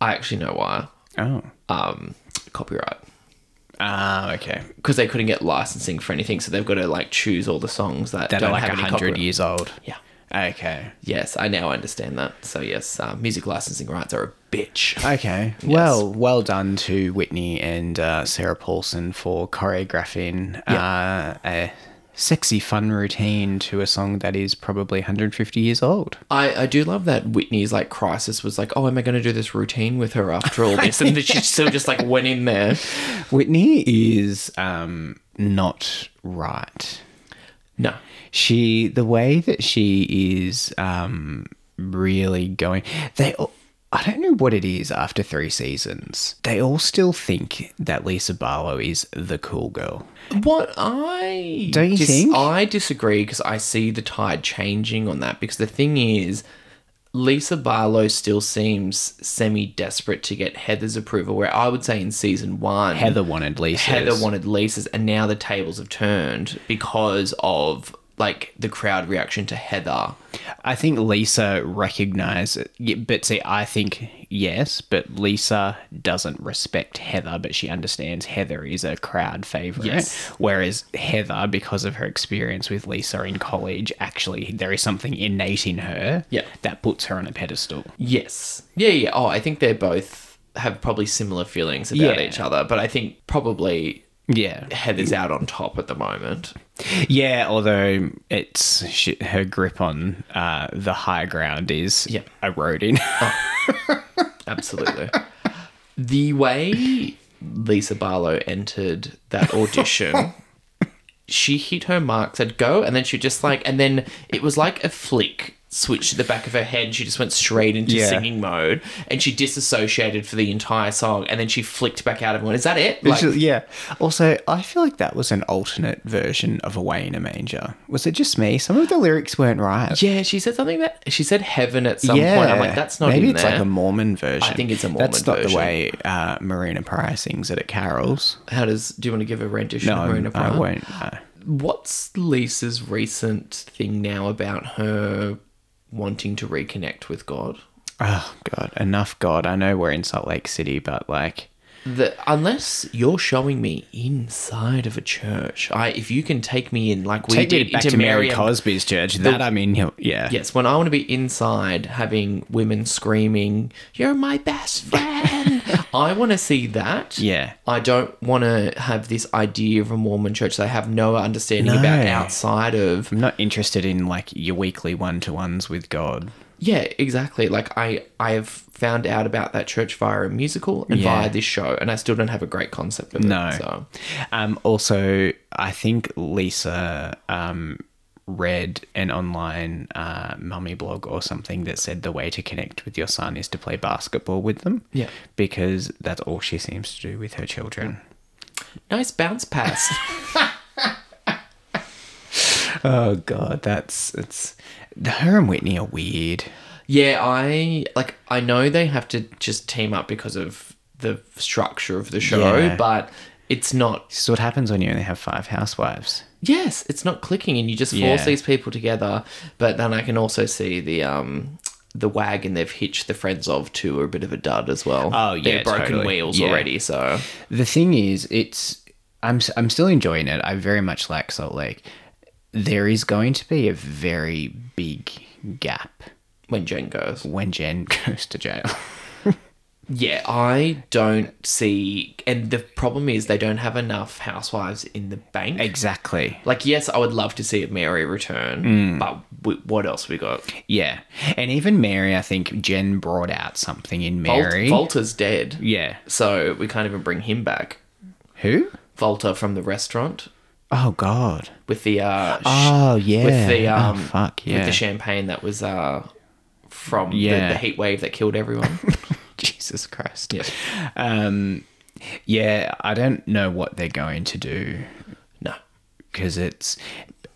Speaker 1: I actually know why.
Speaker 2: Oh.
Speaker 1: Um, copyright.
Speaker 2: Ah, okay.
Speaker 1: Because they couldn't get licensing for anything, so they've got to like choose all the songs that,
Speaker 2: That
Speaker 1: don't
Speaker 2: are like
Speaker 1: have any
Speaker 2: hundred
Speaker 1: copyright.
Speaker 2: years old.
Speaker 1: Yeah.
Speaker 2: Okay.
Speaker 1: Yes, I now understand that. So yes, uh, music licensing rights are a bitch.
Speaker 2: Okay. Well, well done to Whitney and uh, Sarah Paulson for choreographing uh, a sexy, fun routine to a song that is probably 150 years old.
Speaker 1: I, I do love that Whitney's like crisis was like, oh, am I going to do this routine with her after all this? And then she still just like went in there.
Speaker 2: Whitney is um, not right.
Speaker 1: No,
Speaker 2: She, the way that she is um, really going, they. all I don't know what it is after three seasons. They all still think that Lisa Barlow is the cool girl.
Speaker 1: What I
Speaker 2: Don't you think?
Speaker 1: I disagree because I see the tide changing on that. Because the thing is, Lisa Barlow still seems semi desperate to get Heather's approval. Where I would say in season one,
Speaker 2: Heather wanted Lisa.
Speaker 1: Heather wanted Lisa's, and now the tables have turned because of like the crowd reaction to Heather.
Speaker 2: I think Lisa recognizes, but see, I think yes, but Lisa doesn't respect Heather, but she understands Heather is a crowd favorite.
Speaker 1: Yes.
Speaker 2: Whereas Heather, because of her experience with Lisa in college, actually there is something innate in her
Speaker 1: Yeah.
Speaker 2: that puts her on a pedestal.
Speaker 1: Yes. Yeah, yeah. Oh, I think they're both have probably similar feelings about
Speaker 2: Yeah.
Speaker 1: each other, but I think probably
Speaker 2: Yeah.
Speaker 1: Heather's out on top at the moment.
Speaker 2: Yeah, although it's she, her grip on uh, the high ground is
Speaker 1: Yeah.
Speaker 2: eroding.
Speaker 1: Absolutely. the way Lisa Barlow entered that audition, she hit her mark, said go, and then she just like, and then it was like a flick switch to the back of her head. She just went straight into
Speaker 2: Yeah.
Speaker 1: singing mode and she disassociated for the entire song and then she flicked back out of one. Is that it? Like,
Speaker 2: Which is- yeah. Also, I feel like that was an alternate version of Away in a Manger. Was it just me? Some of the lyrics weren't right.
Speaker 1: yeah, she said something that she said heaven at some point. I'm like, that's not
Speaker 2: Maybe
Speaker 1: in
Speaker 2: it's
Speaker 1: there.
Speaker 2: like a Mormon version.
Speaker 1: think it's a
Speaker 2: That's not
Speaker 1: Mormon
Speaker 2: the
Speaker 1: version.
Speaker 2: way uh, Marina Pryor sings it at Carol's.
Speaker 1: How does do you want to give a rendition
Speaker 2: No,
Speaker 1: of Marina Pryor?
Speaker 2: I won't. uh, no.
Speaker 1: What's Lisa's recent thing now about her wanting to reconnect with God?
Speaker 2: Oh God, enough God. I know we're in Salt Lake City, but like,
Speaker 1: The, unless you're showing me inside of a church, I if you can take me in like we
Speaker 2: take
Speaker 1: did
Speaker 2: it back
Speaker 1: into
Speaker 2: to Mary
Speaker 1: Miriam-
Speaker 2: Cosby's church. that I mean, he'll- yeah,
Speaker 1: Yes, when I want to be inside, having women screaming, "You're my best friend," I want to see that.
Speaker 2: Yeah.
Speaker 1: I don't want to have this idea of a Mormon church. that I have no understanding about
Speaker 2: No.
Speaker 1: outside of
Speaker 2: I'm not interested in like your weekly one to ones with God.
Speaker 1: Yeah, exactly. Like I, I have found out about that church via a musical and
Speaker 2: Yeah.
Speaker 1: via this show, and I still don't have a great concept of it.
Speaker 2: No.
Speaker 1: So
Speaker 2: Um, also, I think Lisa um, read an online uh, mummy blog or something that said the way to connect with your son is to play basketball with them.
Speaker 1: Yeah.
Speaker 2: Because that's all she seems to do with her children.
Speaker 1: nice bounce pass.
Speaker 2: Oh, God. That's. it's Her and Whitney are weird.
Speaker 1: yeah, I like. I know they have to just team up because of the structure of the show,
Speaker 2: Yeah.
Speaker 1: but it's not.
Speaker 2: This is what happens when you only have five housewives.
Speaker 1: Yes, it's not clicking, and you just force
Speaker 2: Yeah.
Speaker 1: these people together. But then I can also see the um. The wagon they've hitched the friends of to are a bit of a dud as well.
Speaker 2: Oh, yeah,
Speaker 1: they're broken
Speaker 2: totally.
Speaker 1: wheels
Speaker 2: Yeah.
Speaker 1: already. So
Speaker 2: The thing is, it's. I'm s- I'm still enjoying it. I very much like Salt Lake. There is going to be a very big gap
Speaker 1: when Jen goes.
Speaker 2: when Jen goes to jail.
Speaker 1: Yeah, I don't see. And the problem is they don't have enough housewives in the bank.
Speaker 2: exactly.
Speaker 1: Like, yes, I would love to see Mary return,
Speaker 2: Hmm.
Speaker 1: but w- what else we got?
Speaker 2: Yeah. And even Mary, I think Jen brought out something in Mary.
Speaker 1: Volt- Volta's dead.
Speaker 2: Yeah.
Speaker 1: So we can't even bring him back.
Speaker 2: Who?
Speaker 1: Volta from the restaurant
Speaker 2: Oh God.
Speaker 1: with the uh, sh-
Speaker 2: Oh yeah.
Speaker 1: with the um,
Speaker 2: oh, fuck yeah.
Speaker 1: with the champagne that was uh from the-
Speaker 2: Yeah.
Speaker 1: the, heat wave that killed everyone.
Speaker 2: Jesus Christ.
Speaker 1: Yeah.
Speaker 2: Um, yeah, I don't know what they're going to do
Speaker 1: no,
Speaker 2: because it's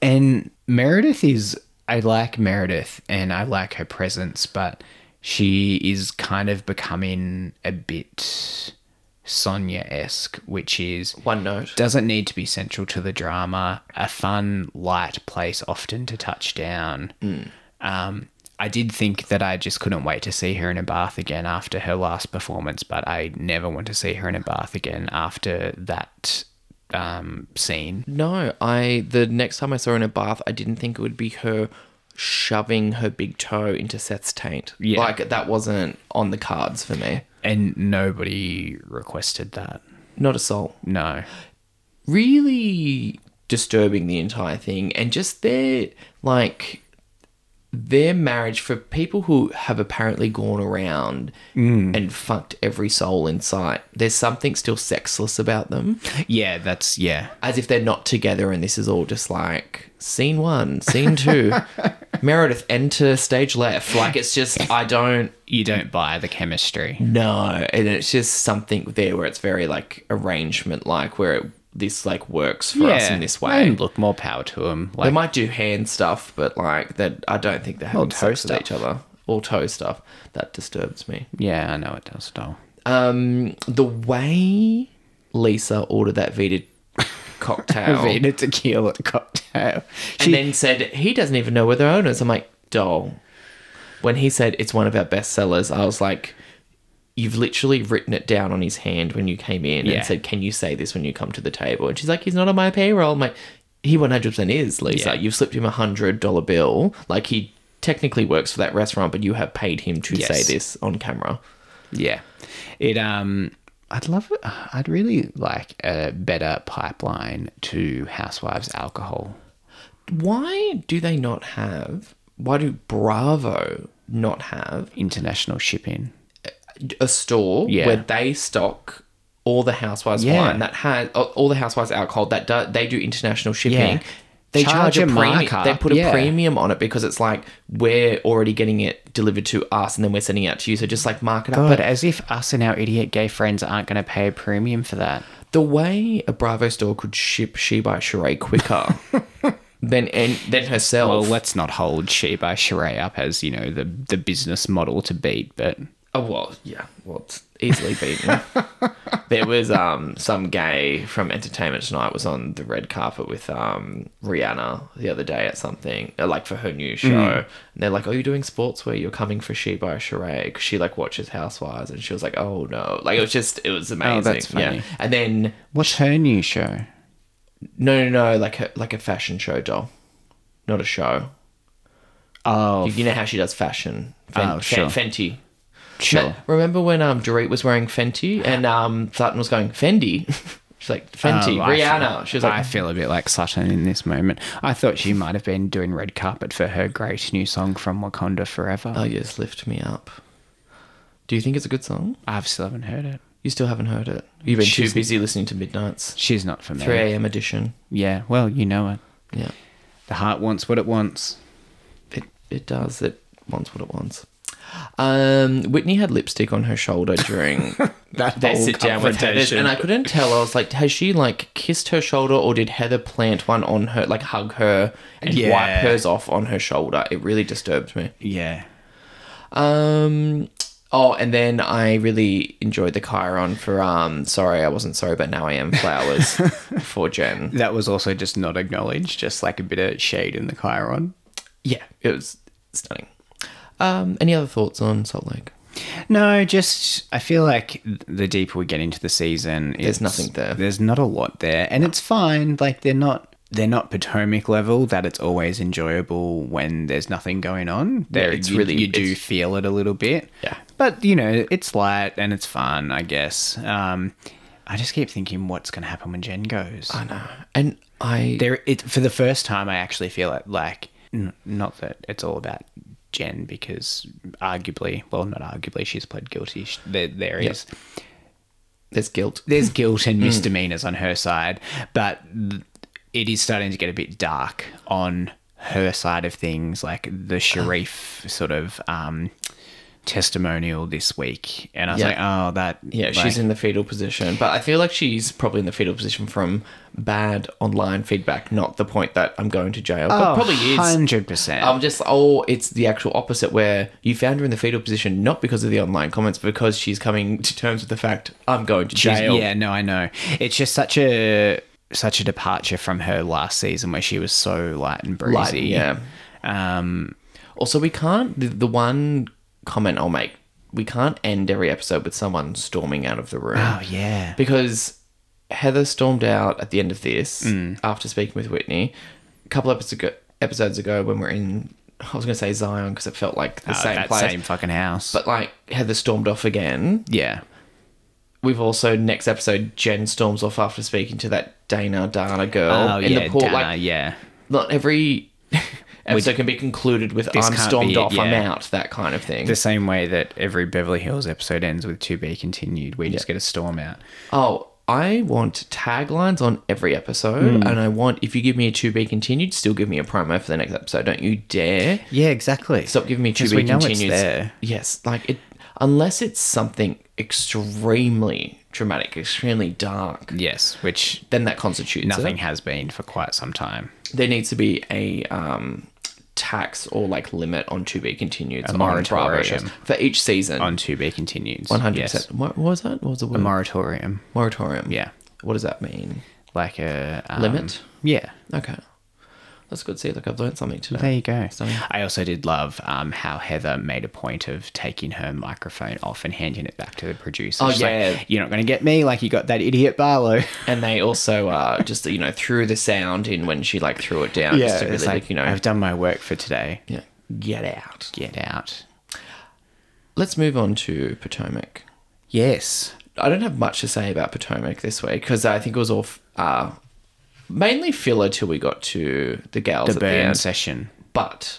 Speaker 2: and Meredith is. I like Meredith and I like her presence, but she is kind of becoming a bit Sonia esque, which is
Speaker 1: one note.
Speaker 2: doesn't need to be central to the drama. A fun, light place, often to touch down. Um, I did think that I just couldn't wait to see her in a bath again after her last performance, but I never want to see her in a bath again after that um, scene.
Speaker 1: No, I the next time I saw her in a bath, I didn't think it would be her shoving her big toe into Seth's taint.
Speaker 2: Yeah.
Speaker 1: Like that wasn't on the cards for me.
Speaker 2: And nobody requested that.
Speaker 1: Not a soul.
Speaker 2: No.
Speaker 1: really disturbing the entire thing and just their like their marriage for people who have apparently gone around and fucked every soul in sight there's something still sexless about them
Speaker 2: Yeah, that's, yeah.
Speaker 1: as if they're not together and this is all just like scene one scene two meredith enter stage left like it's just i don't
Speaker 2: You don't buy the chemistry.
Speaker 1: no, and it's just something there where it's very like arrangement, like where it, this like works for us in this way.
Speaker 2: And look, more power to them.
Speaker 1: They
Speaker 2: Like,
Speaker 1: might do hand stuff, but like that, I don't think they're having
Speaker 2: toe
Speaker 1: sex with
Speaker 2: stuff.
Speaker 1: each other or toe stuff. That disturbs me.
Speaker 2: yeah, I know it does, doll.
Speaker 1: Um, the way Lisa ordered that Vita cocktail
Speaker 2: Vita tequila cocktail.
Speaker 1: and then said he doesn't even know where their owners. I'm like, doll. When he said it's one of our best sellers, I was like, you've literally written it down on his hand when you came in
Speaker 2: Yeah.
Speaker 1: and said, can you say this when you come to the table? And she's like, he's not on my payroll. I'm like, he 100% is, Lisa.
Speaker 2: Yeah.
Speaker 1: You've slipped him a $100 bill. Like, he technically works for that restaurant, but you have paid him to
Speaker 2: Yes.
Speaker 1: say this on camera.
Speaker 2: Yeah. It um I'd love I'd really like a better pipeline to housewives alcohol.
Speaker 1: Why do they not have, why do Bravo not have
Speaker 2: International shipping.
Speaker 1: a store
Speaker 2: Yeah.
Speaker 1: where they stock all the housewives
Speaker 2: Yeah.
Speaker 1: wine that has all the housewives alcohol that do, they do international shipping.
Speaker 2: Yeah.
Speaker 1: They charge,
Speaker 2: Charge
Speaker 1: a,
Speaker 2: a
Speaker 1: premium.
Speaker 2: markup,
Speaker 1: They put a
Speaker 2: yeah.
Speaker 1: premium on it because it's like we're already getting it delivered to us and then we're sending it out to you. So just like mark it up.
Speaker 2: But as if us and our idiot gay friends aren't gonna pay a premium for that.
Speaker 1: But the way a Bravo store could ship She by Sheree quicker than and than
Speaker 2: Well,
Speaker 1: herself.
Speaker 2: let's not hold She by Sheree up as, you know, the the business model to beat, but
Speaker 1: Oh well, yeah, well, it's easily beaten. there was um some gay from Entertainment Tonight was on the red carpet with um Rihanna the other day at something uh, like for her new show,
Speaker 2: Mm.
Speaker 1: and they're like, "Oh, you're doing sportswear? You're coming for She by Sheree because she like watches Housewives," and she was like, "Oh no!" Like it was just it was amazing.
Speaker 2: Oh, that's
Speaker 1: Yeah,
Speaker 2: funny.
Speaker 1: and then
Speaker 2: what's her new show?
Speaker 1: no, no, no, like a, like a fashion show doll, not a show.
Speaker 2: Oh
Speaker 1: You know how she does fashion. Fen-
Speaker 2: Oh,
Speaker 1: Fen-
Speaker 2: sure.
Speaker 1: Fenty.
Speaker 2: sure.
Speaker 1: Remember when um Dorit was wearing Fenty and um Sutton was going Fendi? She's like Fenty,
Speaker 2: Oh, I
Speaker 1: Rihanna.
Speaker 2: feel-
Speaker 1: She was like,
Speaker 2: I feel a bit like Sutton in this moment. I thought she might have been doing red carpet for her great new song from Wakanda Forever.
Speaker 1: "Oh, you just lift me up." Do you think it's a good song?
Speaker 2: I've still haven't heard it.
Speaker 1: You still haven't heard it. You've been
Speaker 2: She's-
Speaker 1: too busy listening to Midnight's
Speaker 2: She's not for me.
Speaker 1: 3 a.m. edition.
Speaker 2: Yeah, well, you know it.
Speaker 1: Yeah,
Speaker 2: The heart wants what it wants.
Speaker 1: it it does. It wants what it wants. Um, Whitney had lipstick on her shoulder during
Speaker 2: That
Speaker 1: they sit down with Heather, and I couldn't tell. I was like, has she like kissed her shoulder, or did Heather plant one on her, like hug her and
Speaker 2: Yeah.
Speaker 1: wipe hers off on her shoulder? It really disturbed me.
Speaker 2: yeah.
Speaker 1: Um. Oh, and then I really enjoyed the Chiron for um. Sorry, I wasn't sorry, but now I am. Flowers for Jen.
Speaker 2: That was also just not acknowledged, just like a bit of shade in the Chiron.
Speaker 1: Yeah, it was stunning. Um. Any other thoughts on Salt Lake?
Speaker 2: No, just I feel like the deeper we get into the season, it's-
Speaker 1: nothing there.
Speaker 2: There's not a lot there, and it's fine. Like they're not they're not Potomac level that it's always enjoyable when there's nothing going on. There,
Speaker 1: it's
Speaker 2: you,
Speaker 1: really-
Speaker 2: you do
Speaker 1: it's-
Speaker 2: feel it a little bit.
Speaker 1: Yeah.
Speaker 2: but you know it's light and it's fun. I guess. Um, I just keep thinking what's going to happen when Jen goes.
Speaker 1: I know. And I
Speaker 2: there, it for the first time, I actually feel it like n- not that it's all about Jen because arguably, well, not arguably, she's pled guilty. Sh- There, there is
Speaker 1: there's guilt.
Speaker 2: there's guilt
Speaker 1: Mm.
Speaker 2: and misdemeanors on her side, but th- it is starting to get a bit dark on her side of things, like
Speaker 1: Ah.
Speaker 2: the Sharif sort of um, testimonial this week. And I was
Speaker 1: Yeah.
Speaker 2: like, oh, that.
Speaker 1: Yeah,
Speaker 2: like-
Speaker 1: she's in the fetal position, but I feel like she's probably in the fetal position from bad online feedback, not the point that I'm going to jail. but
Speaker 2: Oh,
Speaker 1: probably is.
Speaker 2: 100%.
Speaker 1: I'm just oh, it's the actual opposite where you found her in the fetal position not because of the online comments, but because she's coming to terms with the fact I'm going to
Speaker 2: She's-
Speaker 1: jail.
Speaker 2: Yeah, no, I know. It's just such a such a departure from her last season where she was so light and breezy.
Speaker 1: Light, yeah.
Speaker 2: Um,
Speaker 1: Also, we can't. The, the one comment I'll make: we can't end every episode with someone storming out of the room.
Speaker 2: oh yeah.
Speaker 1: because Heather stormed out at the end of this
Speaker 2: Mm.
Speaker 1: after speaking with Whitney a couple episodes ago, episodes ago when we we're in. I was going to say Zion because it felt like the
Speaker 2: Oh,
Speaker 1: same
Speaker 2: that
Speaker 1: place,
Speaker 2: same fucking house.
Speaker 1: but like Heather stormed off again.
Speaker 2: yeah.
Speaker 1: We've also next episode Jen storms off after speaking to that Dana Dana girl
Speaker 2: Oh,
Speaker 1: in
Speaker 2: yeah,
Speaker 1: the port.
Speaker 2: Dana,
Speaker 1: Like
Speaker 2: yeah.
Speaker 1: not every episode can be concluded with "I'm
Speaker 2: can't be
Speaker 1: stormed
Speaker 2: it,"
Speaker 1: off, I'm
Speaker 2: yeah.
Speaker 1: out," that kind of thing.
Speaker 2: The same way that every Beverly Hills episode ends with "To Be Continued," we just get a storm out.
Speaker 1: Oh, I want taglines on every
Speaker 2: Hmm.
Speaker 1: episode, and I want if you give me a to be continued, still give me a promo for the next episode. Don't you dare
Speaker 2: Yeah, exactly.
Speaker 1: stop giving me to
Speaker 2: 'Cause
Speaker 1: be
Speaker 2: we know it's
Speaker 1: continued.
Speaker 2: there.
Speaker 1: Yes, like it, unless it's something extremely dramatic, extremely dark,
Speaker 2: Yes, which
Speaker 1: then that constitutes
Speaker 2: nothing
Speaker 1: It.
Speaker 2: has been for quite some time.
Speaker 1: There needs to be a um, tax or like limit on to be continued on Bravo
Speaker 2: moratorium.
Speaker 1: shows for each season.
Speaker 2: On "To Be Continued,"
Speaker 1: One hundred percent. What what was that? What was the word?
Speaker 2: moratorium.
Speaker 1: moratorium.
Speaker 2: Yeah,
Speaker 1: What does that mean?
Speaker 2: like a um,
Speaker 1: Limit?
Speaker 2: Yeah.
Speaker 1: Okay. That's good. See, look, I've learned something today.
Speaker 2: There you go.
Speaker 1: Stunning.
Speaker 2: I also did love um, how Heather made a point of taking her microphone off and handing it back to the producer.
Speaker 1: Oh,
Speaker 2: She's
Speaker 1: yeah.
Speaker 2: like, you're not going to get me like you got that idiot Barlow.
Speaker 1: And they also uh, just, you know, threw the sound in when she, like, threw it down. just to
Speaker 2: it's
Speaker 1: really,
Speaker 2: like,
Speaker 1: like, you know,
Speaker 2: I've done my work for today.
Speaker 1: yeah, get out.
Speaker 2: Get out.
Speaker 1: Let's move on to Potomac.
Speaker 2: Yes.
Speaker 1: I don't have much to say about Potomac this week because I think it was all f- uh, mainly filler till we got to the gals
Speaker 2: The
Speaker 1: at
Speaker 2: burn
Speaker 1: the end.
Speaker 2: session.
Speaker 1: But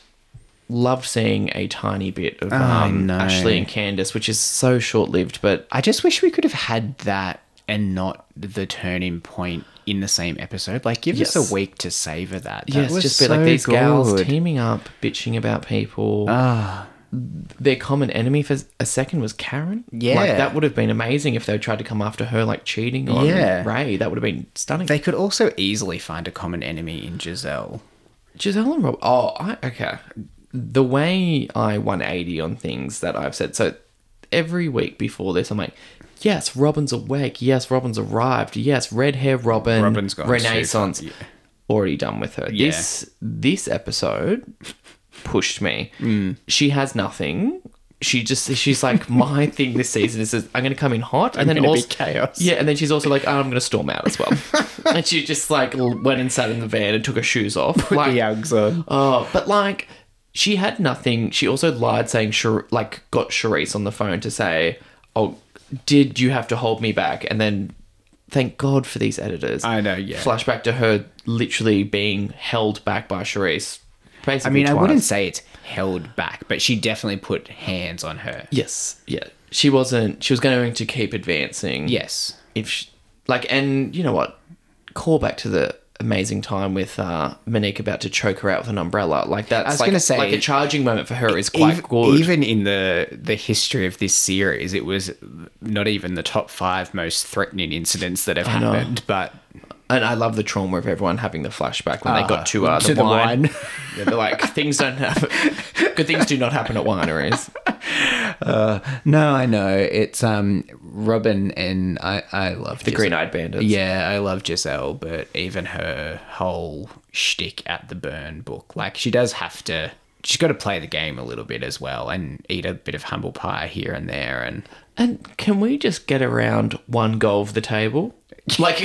Speaker 1: loved seeing a tiny bit of um,
Speaker 2: no.
Speaker 1: Ashley and Candace, which is so short lived, but
Speaker 2: I just wish we could have had that and not the turning point in the same episode. Like, give us
Speaker 1: Yes.
Speaker 2: a week to savor that. that
Speaker 1: Yes,
Speaker 2: was
Speaker 1: just be like
Speaker 2: so
Speaker 1: these gals
Speaker 2: good. Ah.
Speaker 1: teaming up, bitching about people. Their common enemy for a second was Karen.
Speaker 2: Yeah.
Speaker 1: Like, that would have been amazing if they tried to come after her, like cheating on
Speaker 2: Yeah.
Speaker 1: Ray. That would have been stunning.
Speaker 2: They could also easily find a common enemy in Giselle.
Speaker 1: Giselle and Rob. Oh, I, okay. The way I 180 on things that I've said. So every week before this, I'm like, yes, Robin's awake. Yes, Robin's arrived. Yes, red hair Robin.
Speaker 2: Robin's gone
Speaker 1: Renaissance.
Speaker 2: super-
Speaker 1: Already done with her.
Speaker 2: Yeah.
Speaker 1: This this episode pushed me.
Speaker 2: Mm.
Speaker 1: She has nothing. She just she's like my thing this season is I'm going to come in hot and then
Speaker 2: gonna be
Speaker 1: also
Speaker 2: chaos.
Speaker 1: yeah, and then she's also like, oh, I'm going to storm out as well. and she just like l- went and sat in the van and took her shoes off. like,
Speaker 2: Uggs on.
Speaker 1: Oh, but like she had nothing. She also lied, saying Char- like got Charisse on the phone to say, "Oh, did you have to hold me back?" And then, thank God for these editors.
Speaker 2: I know, yeah.
Speaker 1: Flashback to her literally being held back by Charisse.
Speaker 2: I
Speaker 1: Basically,
Speaker 2: mean, I
Speaker 1: twice.
Speaker 2: wouldn't say it's held back, but she definitely put hands on her.
Speaker 1: Yes, yeah. She wasn't. She was going to keep advancing.
Speaker 2: Yes.
Speaker 1: if sh like and you know what call back to the amazing time with uh monique about to choke her out with an umbrella like that's
Speaker 2: was
Speaker 1: like,
Speaker 2: gonna say- e-
Speaker 1: like a charging moment for her is quite good
Speaker 2: Even in the the history of this series, it was not even the top five most threatening incidents that have
Speaker 1: know.
Speaker 2: happened. But
Speaker 1: and i love the trauma of everyone having the flashback when they got to uh the,
Speaker 2: Ah, to the
Speaker 1: wine,
Speaker 2: wine.
Speaker 1: Yeah, they're like things don't happen good things do not happen at wineries
Speaker 2: no, I know it's um Robin and I. I love
Speaker 1: the green-eyed bandits
Speaker 2: Yeah, I love Giselle, but even her whole shtick at the burn book, like she does have to she's got to play the game a little bit as well and eat a bit of humble pie here and there and
Speaker 1: And can we just get around one goal of the table? Like,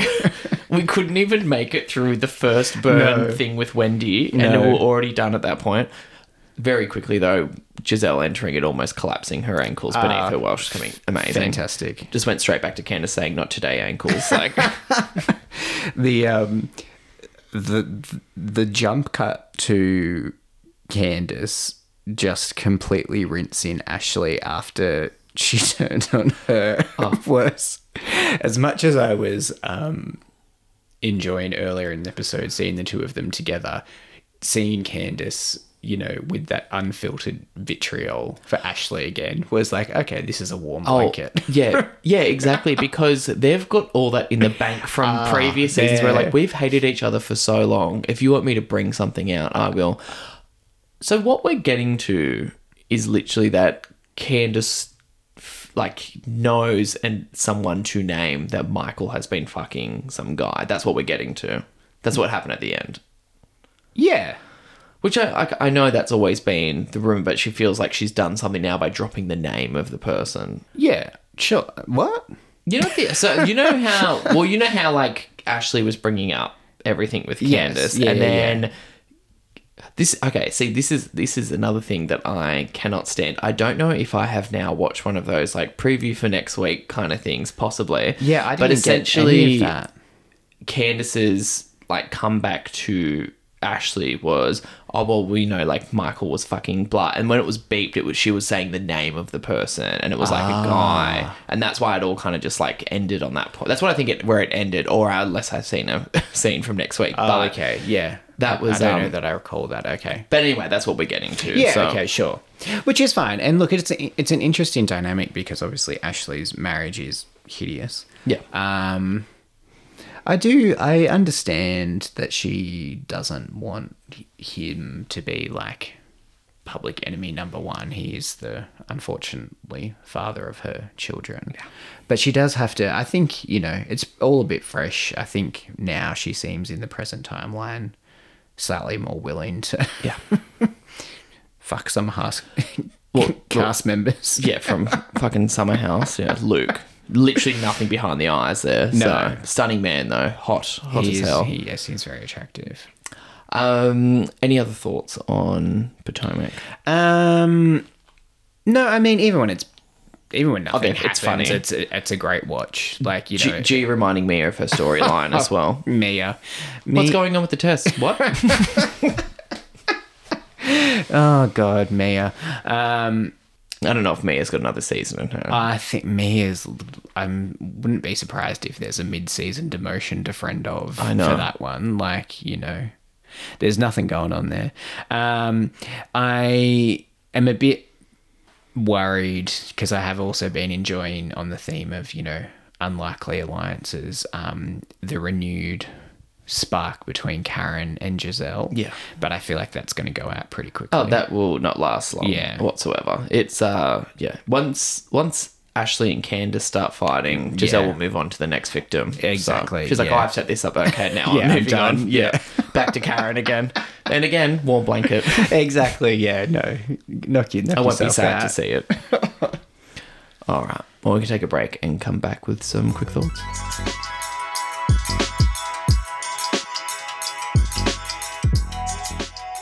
Speaker 1: we couldn't even make it through the first burn
Speaker 2: No.
Speaker 1: thing with Wendy, and
Speaker 2: No.
Speaker 1: we were already done at that point. Very quickly, though, Giselle entering it, almost collapsing her ankles beneath
Speaker 2: Ah,
Speaker 1: her while she's coming. Amazing.
Speaker 2: fantastic.
Speaker 1: Just went straight back to Candace saying, not today, ankles. Like,
Speaker 2: the um the the jump cut to Candace just completely rinsing Ashley after she turned on her was as much as I was um enjoying earlier in the episode seeing the two of them together, seeing Candace, you know, with that unfiltered vitriol for Ashley again was like, okay, this is a warm blanket.
Speaker 1: Oh, yeah, yeah, exactly. Because they've got all that in the bank from previous seasons where,
Speaker 2: yeah.
Speaker 1: like, we've hated each other for so long. If you want me to bring something out, I will. So, what we're getting to is literally that Candace, f- like, knows and someone to name that Michael has been fucking some guy. That's what we're getting to. That's what happened at the end.
Speaker 2: Yeah.
Speaker 1: Which I, I, I know that's always been the rumor, but she feels like she's done something now by dropping the name of the person.
Speaker 2: Yeah. Sure. What?
Speaker 1: You know, the, so you know how well you know how like Ashley was bringing up everything with
Speaker 2: Yes,
Speaker 1: Candace,
Speaker 2: yeah,
Speaker 1: and
Speaker 2: yeah,
Speaker 1: then this. Okay, see, this is this is another thing that I cannot stand. I don't know if I have now watched one of those like preview for next week kind of things, possibly.
Speaker 2: Yeah, I didn't
Speaker 1: but essentially,
Speaker 2: get any of that.
Speaker 1: Candace's like comeback to Ashley was, oh well, we know like Michael was fucking blah, and when it was beeped, it was she was saying the name of the person, and it was like
Speaker 2: Ah.
Speaker 1: a guy, and that's why it all kind of just like ended on that point. That's what I think it where it ended, or unless I've seen a scene from next week.
Speaker 2: Oh,
Speaker 1: but,
Speaker 2: okay. Yeah.
Speaker 1: That
Speaker 2: I-
Speaker 1: was,
Speaker 2: I don't
Speaker 1: um,
Speaker 2: know that I recall that. Okay.
Speaker 1: but anyway, that's what we're getting to.
Speaker 2: Yeah.
Speaker 1: so-
Speaker 2: Okay. Sure. Which is fine. And look, it's a, it's an interesting dynamic because obviously Ashley's marriage is hideous.
Speaker 1: yeah. Uh,
Speaker 2: Um, I do. I understand that she doesn't want h- him to be like public enemy number one. He is the unfortunately father of her children. But she does have to. I think you know it's all a bit fresh. I think now she seems in the present timeline slightly more willing to
Speaker 1: Yeah.
Speaker 2: fuck some hus-
Speaker 1: Well,
Speaker 2: cast members.
Speaker 1: Yeah, from fucking Summer House. Yeah, Luke. Literally nothing behind the eyes there. No. So.
Speaker 2: No.
Speaker 1: Stunning man, though. Hot. Hot
Speaker 2: He
Speaker 1: as
Speaker 2: is,
Speaker 1: hell.
Speaker 2: he, yes, he's very attractive.
Speaker 1: Um, any other thoughts on Potomac?
Speaker 2: Um, no, I mean even when it's even when nothing
Speaker 1: bet it's funny.
Speaker 2: happens, it's a, it's a great watch. Like you know,
Speaker 1: G, G reminding me of her storyline as well.
Speaker 2: Mia,
Speaker 1: What's
Speaker 2: Mi-
Speaker 1: going on with the test? What?
Speaker 2: Oh God, Mia. Um,
Speaker 1: I don't know if Mia's got another season in her.
Speaker 2: I think Mia's. I wouldn't be surprised if there's a mid-season demotion to friend of
Speaker 1: I know.
Speaker 2: for that one. Like you know, there's nothing going on there. Um, I am a bit worried because I have also been enjoying on the theme of you know unlikely alliances, um, the renewed spark between Karen and Giselle.
Speaker 1: Yeah.
Speaker 2: but I feel like that's going to go out pretty quickly.
Speaker 1: oh, that will not last long.
Speaker 2: Yeah.
Speaker 1: whatsoever. It's uh, yeah. Once once Ashley and Candace start fighting, Giselle
Speaker 2: Yeah.
Speaker 1: will move on to the next victim. So
Speaker 2: Exactly,
Speaker 1: she's like,
Speaker 2: yeah.
Speaker 1: oh, I've set this up. Okay, now
Speaker 2: Yeah,
Speaker 1: I'm
Speaker 2: I'm
Speaker 1: moving
Speaker 2: done.
Speaker 1: on. Yeah. Back to Karen again, and again, warm blanket.
Speaker 2: exactly. Yeah. No. Knock you. Knock
Speaker 1: I won't be
Speaker 2: yourself
Speaker 1: sad to
Speaker 2: out.
Speaker 1: see it. All right. Well, we can take a break and come back with some quick thoughts.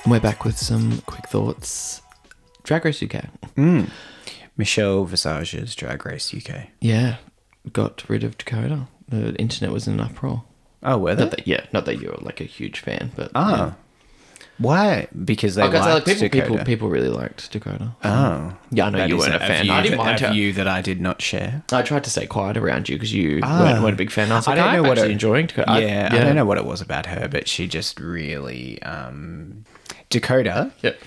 Speaker 1: And we're back with some quick thoughts. Drag Race UK.
Speaker 2: Michelle Visage's Drag Race UK.
Speaker 1: Yeah. Got rid of Dakota. The internet was in an uproar.
Speaker 2: Oh, were they?
Speaker 1: Not that, yeah, not that you're like a huge fan, but. yeah.
Speaker 2: Ah. Why? Because they
Speaker 1: Oh, Like, I
Speaker 2: liked
Speaker 1: said, like, people,
Speaker 2: Dakota.
Speaker 1: people, people really liked Dakota.
Speaker 2: Oh.
Speaker 1: yeah, I know
Speaker 2: That
Speaker 1: you
Speaker 2: is
Speaker 1: weren't a fan. I didn't
Speaker 2: that-
Speaker 1: mind
Speaker 2: a
Speaker 1: her.
Speaker 2: view that I did not share.
Speaker 1: I tried to stay quiet around you because you
Speaker 2: Ah.
Speaker 1: weren't, weren't a big fan. I was like, I don't am know
Speaker 2: what
Speaker 1: actually
Speaker 2: it-
Speaker 1: enjoying Dakota. I-
Speaker 2: yeah, I don't know what it was about her, but she just really um, Dakota
Speaker 1: Yep.